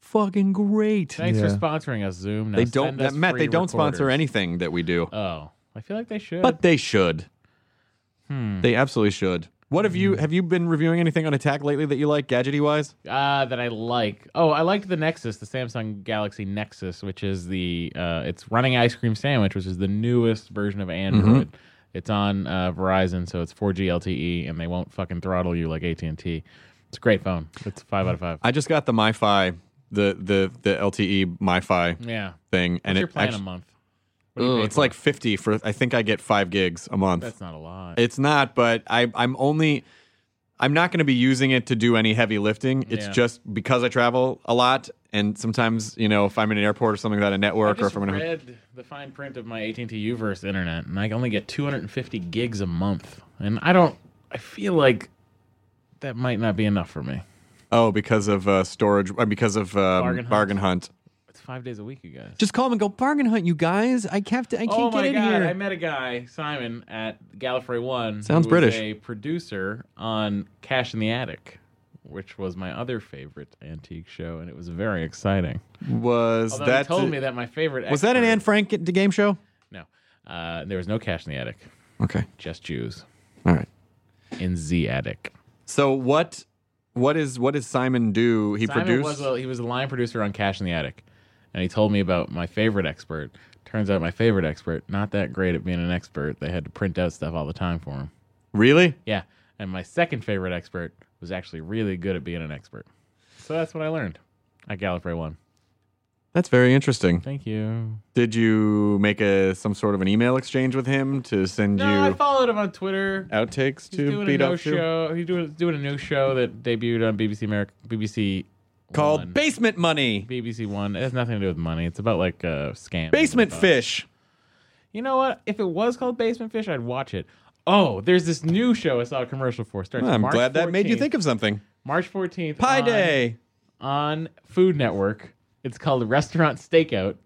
S5: fucking great.
S3: Thanks for
S1: Yeah.
S3: sponsoring us, Zoom. Now
S2: They don't,
S3: send us
S2: Matt. They
S3: free
S2: don't sponsor
S3: recorders.
S2: anything that we do,
S3: Oh, I feel like they should.
S2: but they should.
S3: Hmm.
S2: They absolutely should. What have you have you been reviewing anything on Attack lately that you like gadgety wise?
S3: uh, that I like. Oh, I liked the Nexus, the Samsung Galaxy Nexus, which is the uh, it's running ice cream sandwich, which is the newest version of
S2: Mm-hmm.
S3: Android. It's on uh, Verizon, so it's 4G LTE, E, and they won't fucking throttle you like AT and T. It's a great phone. It's a five out of five.
S2: I just got the MiFi, the the the LTE MiFi
S3: yeah,
S2: thing, and
S3: Hmm. What's your
S2: it
S3: plan a
S2: actu-
S3: month. What do you
S2: Ugh,
S3: pay
S2: it's
S3: for?
S2: like fifty for. I think I get five gigs a month.
S3: that's not a lot.
S2: It's not, but I, I'm only, I'm not going to be using it to do any heavy lifting. It's
S3: Yeah.
S2: just because I travel a lot, and sometimes you know if I'm in an airport or something without a
S3: I
S2: network or if
S3: just
S2: I'm in a,
S3: read the fine print of my AT&T UVerse internet, and I only get 250 gigs a month, and I don't. I feel like that might not be enough for me.
S2: oh because of uh, storage or because of um,
S3: Bargain
S2: bargain, hunt.
S3: hunt. It's five days a week, you guys.
S5: Just call him and go bargain hunt, you guys. I can't. I can't
S3: oh
S5: get
S3: my
S5: in
S3: god!
S5: here.
S3: I met a guy, Simon, at Gallifrey One.
S2: Sounds
S3: who was
S2: British.
S3: A producer on Cash in the Attic, which was my other favorite antique show, and it was very exciting.
S2: Was
S3: Although
S2: that
S3: he told me that my favorite
S2: was that an Anne
S3: expert-
S2: Frank g- game show?
S3: No, uh, there was no Cash in the Attic.
S2: Okay,
S3: Just Jews
S2: all right.
S3: in Z Attic.
S2: So what? What is what does Simon do? He
S3: Simon
S2: produced.
S3: was a, he was a line producer on Cash in the Attic, and he told me about my favorite expert. Turns out my favorite expert not that great at being an expert. They had to print out stuff all the time for him.
S2: really?
S3: Yeah, and my second favorite expert was actually really good at being an expert. So that's what I learned at Gallifrey One.
S2: That's very interesting.
S3: Thank you.
S2: Did you make a some sort of an email exchange with him to send
S3: No, I
S2: you
S3: followed him on Twitter.
S2: outtakes
S3: He's
S2: to
S3: doing
S2: beat
S3: a new
S2: up to?
S3: show. He's doing doing a new show that debuted on BBC America, BBC
S2: called
S3: One.
S2: Basement Money.
S3: BBC One. It has nothing to do with money. It's about like uh, scam.
S2: Basement Fish.
S3: You know what? If it was called Basement Fish, I'd watch it. Oh, there's this new show I saw a commercial for. Starts
S2: I'm
S3: March
S2: glad that made you
S3: 14th.
S2: think of something.
S3: March 14th.
S2: Pie
S3: on-
S2: Day.
S3: on Food Network. It's called Restaurant Stakeout,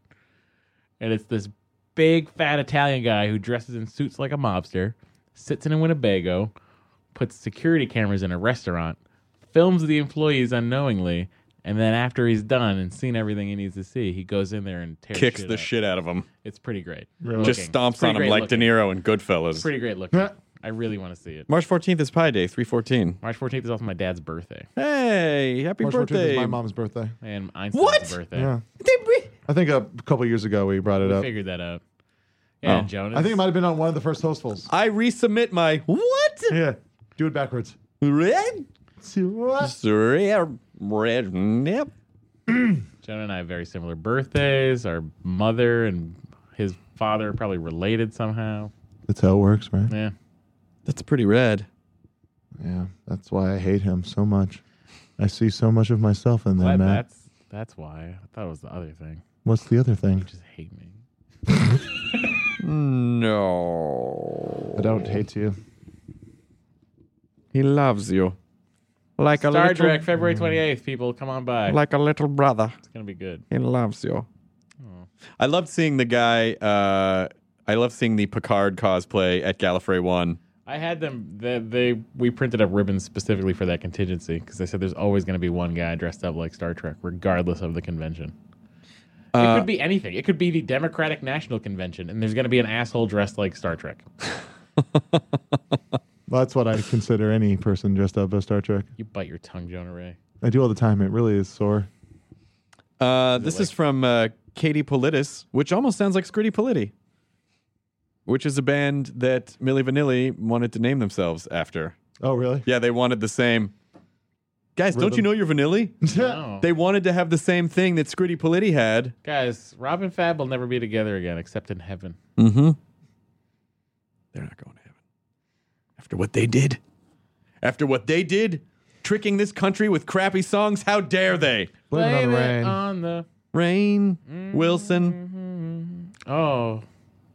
S3: and it's this big fat Italian guy who dresses in suits like a mobster, sits in a Winnebago, puts security cameras in a restaurant, films the employees unknowingly, and then after he's done and seen everything he needs to see, he goes in there and tears
S2: Kicks
S3: shit
S2: the
S3: up.
S2: shit out of him.
S3: It's pretty great.
S2: Just
S3: Looking. It's
S2: stomps
S3: pretty
S2: on him
S3: great
S2: like
S3: looking.
S2: De Niro and Goodfellas.
S3: Pretty great looking. I really want to see it.
S2: March 14th is Pie Day, 314.
S3: March 14th is also my dad's birthday
S2: Hey, happy
S1: March 14th
S2: birthday.
S1: is my mom's birthday.
S3: and Einstein's
S2: What?
S3: birthday.
S1: Yeah. I think a couple years ago we brought it
S3: We
S1: up.
S3: figured that out. Yeah, and Jonas.
S1: I think it might have been on one of the first hostfuls.
S2: I resubmit my what?
S1: Yeah. Do it backwards.
S2: Red?
S1: See what?
S2: Red. Red. Yep.
S3: Jonah and I have very similar birthdays. Our mother and his father are probably related somehow.
S1: That's how it works, right?
S3: Yeah.
S2: That's pretty red.
S1: Yeah. That's why I hate him so much. I see so much of myself in there,
S3: Glad
S1: Matt.
S3: that's that's why. I thought it was the other thing.
S1: What's the other thing?
S3: Just hate me.
S2: No.
S1: I don't hate you.
S2: He loves you. Like a
S3: Star
S2: little,
S3: Trek, February twenty eighth, people, come on by.
S2: Like a little brother.
S3: it's gonna be good.
S2: He loves you. Oh. I loved seeing the guy. Uh, I love seeing the Picard cosplay at Gallifrey One.
S3: I had them they, they we printed up ribbons specifically for that contingency because they said there's always gonna be one guy dressed up like Star Trek, regardless of the convention.
S1: Uh,
S3: it could be anything. It could be the Democratic National Convention, and there's gonna be an asshole dressed like Star Trek.
S1: Well, that's what I consider any person dressed up as Star Trek.
S3: You bite your tongue, Jonah Ray.
S1: I do all the time. It really is sore.
S2: Uh, this is from uh, Katie Politis, which almost sounds like Scritty Politti, which is a band that Milli Vanilli wanted to name themselves after.
S1: Oh, really?
S2: Yeah, they wanted the same. Guys, don't
S1: Rhythm.
S2: you know you're Vanilli? [laughs]
S3: No.
S2: They wanted to have the same thing that Scritty Politti had.
S3: Guys, Rob and Fab will never be together again except in heaven.
S2: Mm-hmm. They're not going to heaven. After what they did. After what they did, tricking this country with crappy songs, how dare they?
S1: Blame it on
S3: Blame
S1: the
S3: it um,
S1: rain.
S3: on the-
S2: Rain, Wilson,
S3: Oh,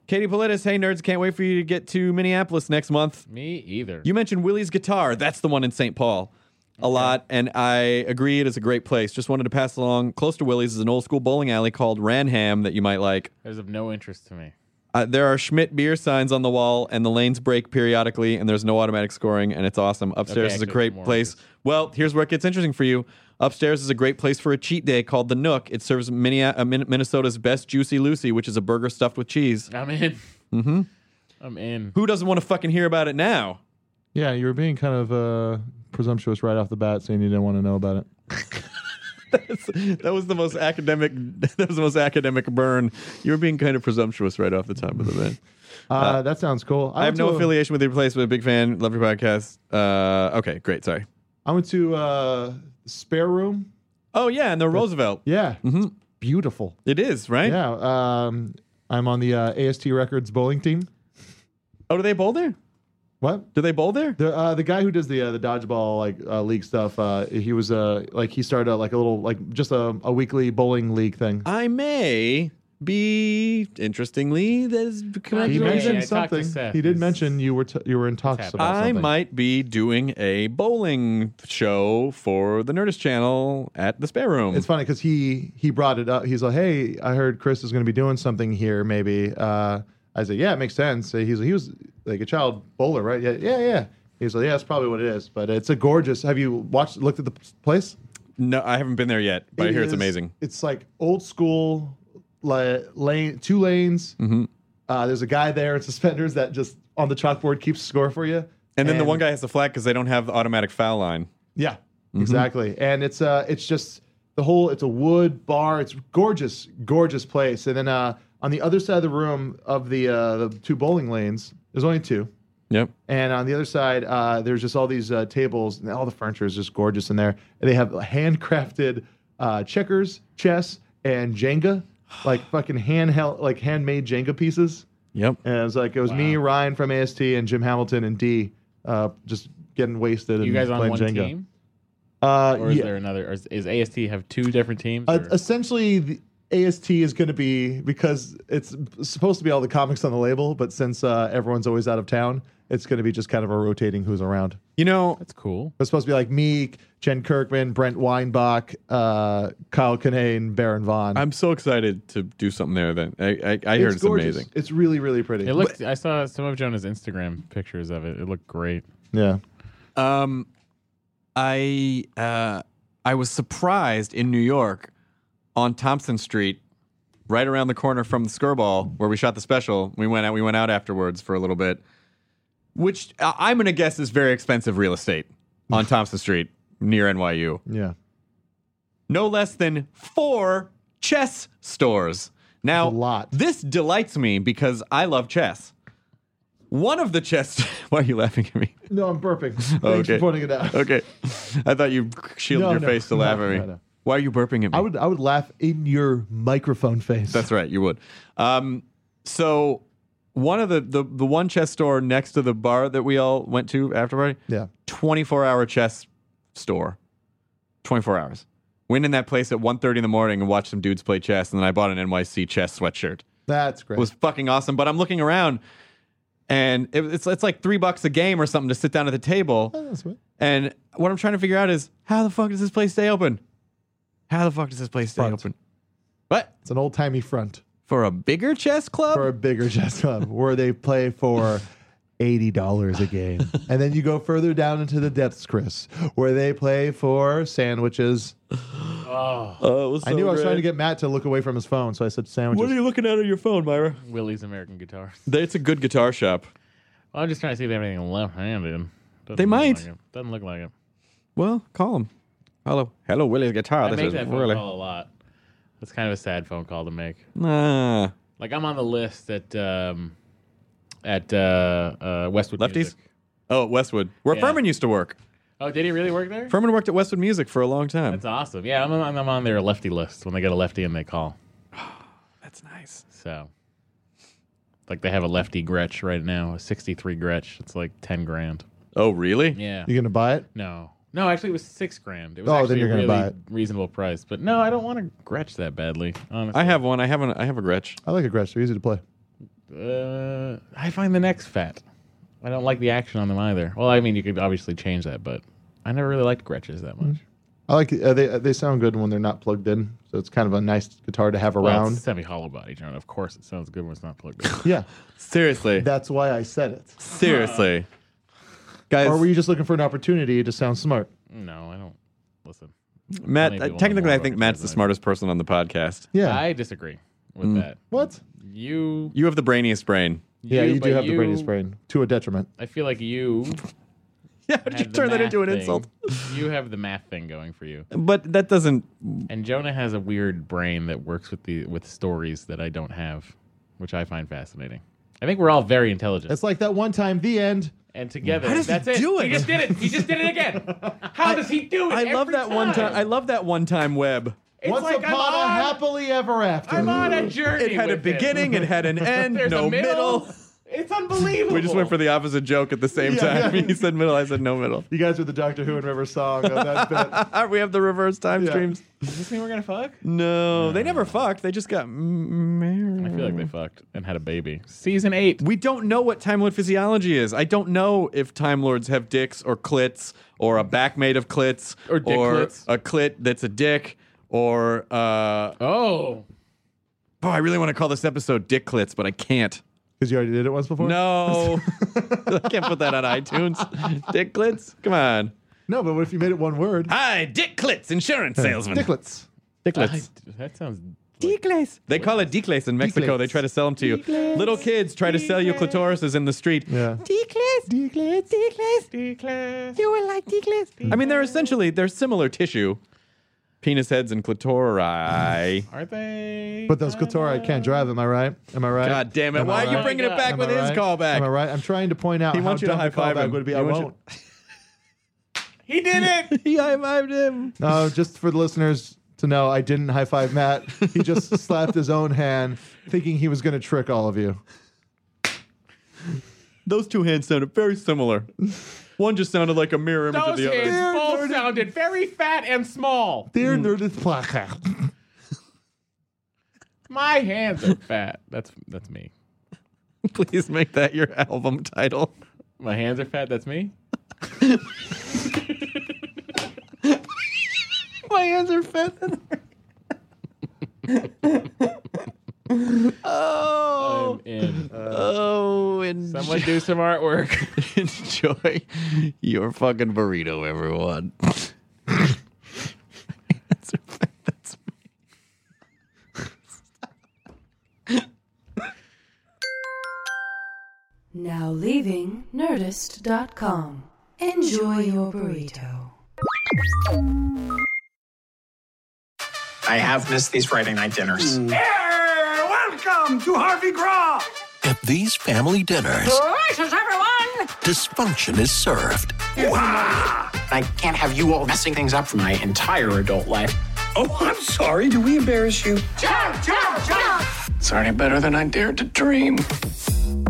S2: Katie Politis, hey nerds, can't wait for you to get to Minneapolis next month.
S3: me either.
S2: You mentioned Willie's Guitar, that's the one in St. Paul. A lot, and I agree it is a great place. Just wanted to pass along. Close to Willie's is an old school bowling alley called Ranham that you might like.
S3: There's of no interest to me.
S2: Uh, there are Schmidt beer signs on the wall, and the lanes break periodically, and there's no automatic scoring, and it's awesome. Upstairs
S3: Okay,
S2: is a
S3: actually,
S2: great
S3: more
S2: place.
S3: interest.
S2: Well, here's where it gets interesting for you. Upstairs is a great place for a cheat day called The Nook. It serves Minne- uh, Min- Minnesota's best Juicy Lucy, which is a burger stuffed with cheese.
S3: I'm in. Mm-hmm. I'm in.
S2: Who doesn't want to fucking hear about it now? [laughs]
S1: Yeah, you were being kind of uh, presumptuous right off the bat, saying you didn't want to know about it.
S2: that was the most academic. [laughs] That was the most academic burn. You were being kind of presumptuous right off the top of the bat.
S1: Uh, that sounds cool.
S2: I have
S1: went
S2: no
S1: to a-
S2: affiliation with your place, but a big fan. Love your podcast. Uh, okay, great. Sorry.
S1: I went to uh, spare room.
S2: Oh yeah, and the Roosevelt.
S1: Yeah, it's beautiful.
S2: It is right.
S1: Yeah, um, I'm on the uh, AST Records bowling team.
S2: Oh, do they bowl there?
S1: What?
S2: Do they bowl there?
S1: The uh, the guy who does the uh, the dodgeball like uh, league stuff, uh, he was uh, like he started uh, like a little like just a, a weekly bowling league thing.
S2: I may be interestingly. There's
S1: He
S3: Yeah,
S1: mentioned
S3: yeah, I talked to
S1: something.
S3: Seth.
S1: He did
S3: He's-
S1: mention you were t- you were in talks
S3: happening.
S1: about
S2: I
S1: something.
S2: might be doing a bowling show for the Nerdist channel at the spare room.
S1: It's funny because he he brought it up. He's like, "Hey, I heard Chris is going to be doing something here. Maybe." Uh, I said, "Yeah, it makes sense." So He's he was like a child bowler, right? Yeah, yeah, yeah. He's like, "Yeah, that's probably what it is." But it's a gorgeous. Have you watched looked at the place?
S2: no, I haven't been there yet, but I
S1: It
S2: hear it's
S1: is-
S2: amazing.
S1: It's like old school, like lane, two lanes.
S2: Mm-hmm.
S1: Uh, there's a guy there in suspenders that just on the chalkboard keeps score for you.
S2: And then the one guy has the flag because they don't have the automatic foul line.
S1: Yeah,
S2: Mm-hmm.
S1: exactly. And it's uh, it's just the whole. It's a wood bar. It's gorgeous, gorgeous place. And then uh, on the other side of the room of the uh, the two bowling lanes, there's only two.
S2: Yep.
S1: And on the other side, uh, there's just all these uh, tables, and all the furniture is just gorgeous in there. And they have handcrafted uh, checkers, chess, and Jenga,
S3: [sighs]
S1: like fucking handheld, like handmade Jenga pieces.
S2: Yep.
S1: And it was like it was me, Ryan from AST, and Jim Hamilton and D, uh, just getting wasted.
S3: You
S1: and
S3: guys on
S1: playing
S3: one
S1: Jenga.
S3: team,
S1: Uh,
S3: or is
S1: yeah.
S3: there another? Or is, is AST have two different teams?
S1: Uh,
S3: or-
S1: essentially, the AST is going to be because it's supposed to be all the comics on the label, but since uh, everyone's always out of town, it's going to be just kind of a rotating who's around.
S2: You know,
S3: That's cool.
S1: It's supposed to be like Meek, Jen Kirkman, Brent Weinbach, uh, Kyle Kinane, Baron Vaughn.
S2: I'm so excited to do something there. Then I, I, I heard it's
S1: gorgeous.
S2: amazing.
S1: It's really, really pretty.
S3: It looked. I saw some of Jonah's Instagram pictures of it. It looked great.
S1: yeah.
S2: Um, I uh, I was surprised in New York on Thompson Street, right around the corner from the Skirball where we shot the special. We went out. We went out afterwards for a little bit, which uh, I'm gonna guess is very expensive real estate
S1: [laughs]
S2: on Thompson Street near NYU.
S1: Yeah.
S2: no less than four chess stores.
S1: A
S2: Now,
S1: lot.
S2: this delights me because I love chess. One of the chess. [laughs] Why are you laughing at me?
S1: No, I'm
S2: [laughs]
S1: burping. Thanks
S2: Okay.
S1: for pointing it out.
S2: [laughs] Okay, I thought you shielded
S1: No,
S2: your
S1: no,
S2: face to
S1: no,
S2: laugh at me.
S1: no, no.
S2: Why are you burping at me?
S1: I would, [laughs] I would laugh in your microphone face.
S2: That's right, you would. Um, so one of the, the the one chess store next to the bar that we all went to after party.
S1: Yeah.
S2: 24 hour chess store. 24 hours. Went in that place at 1.30 in the morning and watched some dudes play chess, and then I bought an NYC chess sweatshirt.
S1: That's great.
S2: It was fucking awesome. But I'm looking around, and it, it's it's like three bucks a game or something to sit down at the table.
S1: That's what-
S2: And what I'm trying to figure out is how the fuck does this place stay open? How the fuck does this place stay
S1: Front.
S2: open? What
S1: It's an old timey front
S2: for a bigger chess club?
S1: for a bigger chess club where they play for eighty dollars a game, and then you go further down into the depths, Chris, where they play for sandwiches.
S2: Oh, it was
S1: I
S2: so
S1: knew I was
S2: great.
S1: trying to get Matt to look away from his phone, so I said sandwiches.
S2: What are you looking at on your phone, Myra?
S3: Willie's American Guitar.
S2: It's a good guitar shop.
S3: Well, [laughs] I'm just trying to see if they have anything left-handed. Doesn't
S2: They
S3: look
S2: might.
S3: like it. Doesn't look like it.
S2: Well, call him. Hello, hello, Willie's guitar.
S3: I
S2: Oh, this
S3: make
S2: is
S3: that phone
S2: really.
S3: call a lot. That's kind of a sad phone call to make.
S2: Nah.
S3: Like I'm on the list at um, at uh, uh, Westwood
S2: Lefties?
S3: Music.
S2: Oh, at Westwood, where
S3: Yeah.
S2: Furman used to work.
S3: Oh, did he really work there?
S2: Furman worked at Westwood Music for a long time.
S3: That's awesome. Yeah, I'm on, I'm on their lefty list. When they get a lefty and they call,
S2: That's nice.
S3: so like they have a lefty Gretsch right now, a '63 Gretsch. It's like ten grand.
S2: Oh, really?
S3: Yeah.
S1: You gonna buy it?
S3: No. No, actually, it was six grand. It was
S1: Oh, then
S3: actually
S1: you're
S3: a
S1: gonna
S3: really
S1: buy it.
S3: reasonable price. But no, I don't want to Gretsch that badly. Honestly,
S2: I have one. I have an. I have a Gretsch.
S1: I like a Gretsch. They're easy to play.
S3: Uh, I find the necks fat. I don't like the action on them either. Well, I mean, you could obviously change that, but I never really liked Gretches that much.
S1: I like uh, they uh, they sound good when they're not plugged in, so it's kind of a nice guitar to have
S3: Well,
S1: around.
S3: it's semi hollow body, John. Of course, it sounds good when it's not plugged in.
S1: [laughs] yeah,
S2: Seriously.
S1: that's why I said it.
S2: Seriously. Guys,
S1: Or were you just looking for an opportunity to sound smart?
S3: no, I don't. Listen,
S2: Matt,
S3: Maybe
S2: uh,
S3: one of
S2: technically,
S3: more
S2: I
S3: of
S2: think
S3: our
S2: Matt's the
S3: guys.
S2: smartest person on the podcast.
S1: Yeah. Mm.
S3: I disagree with that.
S1: what?
S3: You,
S2: You have the brainiest brain.
S1: Yeah, you
S3: but
S1: do have the brainiest brain to a detriment.
S3: I feel like
S1: [laughs]
S3: you.
S2: [laughs] Yeah, how did you
S3: had the
S2: turn that
S3: math
S2: into an
S3: thing.
S2: insult?
S3: You have the math thing going for you,
S2: But that doesn't.
S3: and Jonah has a weird brain that works with the with stories that I don't have, which I find fascinating. I think we're all very intelligent,
S1: It's like that one time, the end.
S3: and together,
S2: How does he [laughs]
S3: that's it.
S2: do it?
S3: He just did it. He just did it again. How does he do it?
S2: I love
S3: every
S2: that one time. I love that one time web.
S3: It's
S1: Once
S3: like I'm
S1: upon a
S3: on-
S1: happily ever after.
S3: I'm on a journey.
S2: It had a
S3: with him.
S2: beginning. It had
S3: [laughs]
S2: an end.
S3: There's
S2: no
S3: a middle. It's unbelievable.
S2: We just went for the opposite joke at the same
S1: Yeah,
S2: time. [laughs]
S1: yeah.
S2: He said middle. I said no middle.
S1: You guys were the Doctor Who and River song Oh, on that bit.
S2: [laughs] we have the reverse time
S1: Yeah.
S2: streams.
S3: Does this mean we're gonna fuck?
S2: No, they never fucked. They just got m- married.
S3: I feel like they fucked and had a baby. Season eight.
S2: We don't know what Time Lord physiology is. I don't know if Time Lords have dicks or clits or a back made of clits
S3: Or dick clits.
S2: a clit that's a dick or. Uh,
S3: Oh,
S2: oh, I really want to call this episode Dick Clits, but I can't.
S1: Because you already did it once before?
S3: [laughs]
S2: No. I can't put that on iTunes. Dick Clits? Come on.
S1: No, but what if you made it one word?
S2: Hi, Dick Clits, insurance salesman.
S1: Dicklets.
S2: Dicklets.
S3: that sounds.
S2: Dicles. They call it dicles in Mexico.
S1: Dicles.
S2: They try to sell them to you. Little kids try to sell you clitorises in the street.
S1: Yeah.
S2: Dicles. Dicles. Dicles. You will like dicles. I mean, they're essentially they're similar tissue, penis heads and
S1: [laughs]
S2: clitori.
S3: Are they?
S1: But those Kotora, I can't drive. Am I right? Am I right?
S2: God damn it!
S1: Am I
S2: Why are you
S1: right?
S2: bringing it
S3: Am
S2: back
S1: Am
S2: with
S1: I
S2: his
S1: right?
S2: callback?
S1: Am I right? I'm trying to point out
S2: He
S1: how
S2: wants you to
S1: dumb the
S2: high-five
S1: callback
S2: him.
S1: would be.
S2: He
S1: I
S2: wants you-
S1: won't.
S3: He did
S2: [laughs]
S3: it.
S2: He high fived
S1: [laughs]
S2: him.
S1: No, just for the listeners to know, I didn't high five Matt. He
S2: [laughs]
S1: just slapped his own hand, thinking he was going to trick all of
S2: Mm.
S1: you.
S2: Those two hands sounded very similar. [laughs] One just sounded like a mirror image of
S3: Those
S2: the other.
S3: hands both sounded very fat and small.
S1: Dear Nerdist Podcast.
S3: My hands are fat. That's that's me.
S2: [laughs] Please make that your album title.
S3: My hands are fat. That's me.
S2: My hands are fat. [laughs] oh,
S3: I'm in.
S2: oh,
S3: Someone
S2: enjoy,
S3: do some artwork.
S2: [laughs] enjoy your fucking burrito, everyone. [laughs] That's a fact, that's me.
S6: Now leaving Nerdist.com. Enjoy your burrito.
S7: I have missed these Friday night dinners.
S4: Hey, welcome to Harvey Graw.
S8: At these family dinners,
S4: Gracious, everyone.
S8: dysfunction is served.
S7: I can't have you all messing things up for my entire adult life.
S4: Oh, I'm sorry. Do we embarrass you?
S8: It's already better than I dared to dream.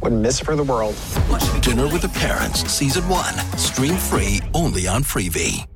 S7: Wouldn't miss it for the world.
S8: Dinner with the Parents, Season 1, stream free only on Freevee.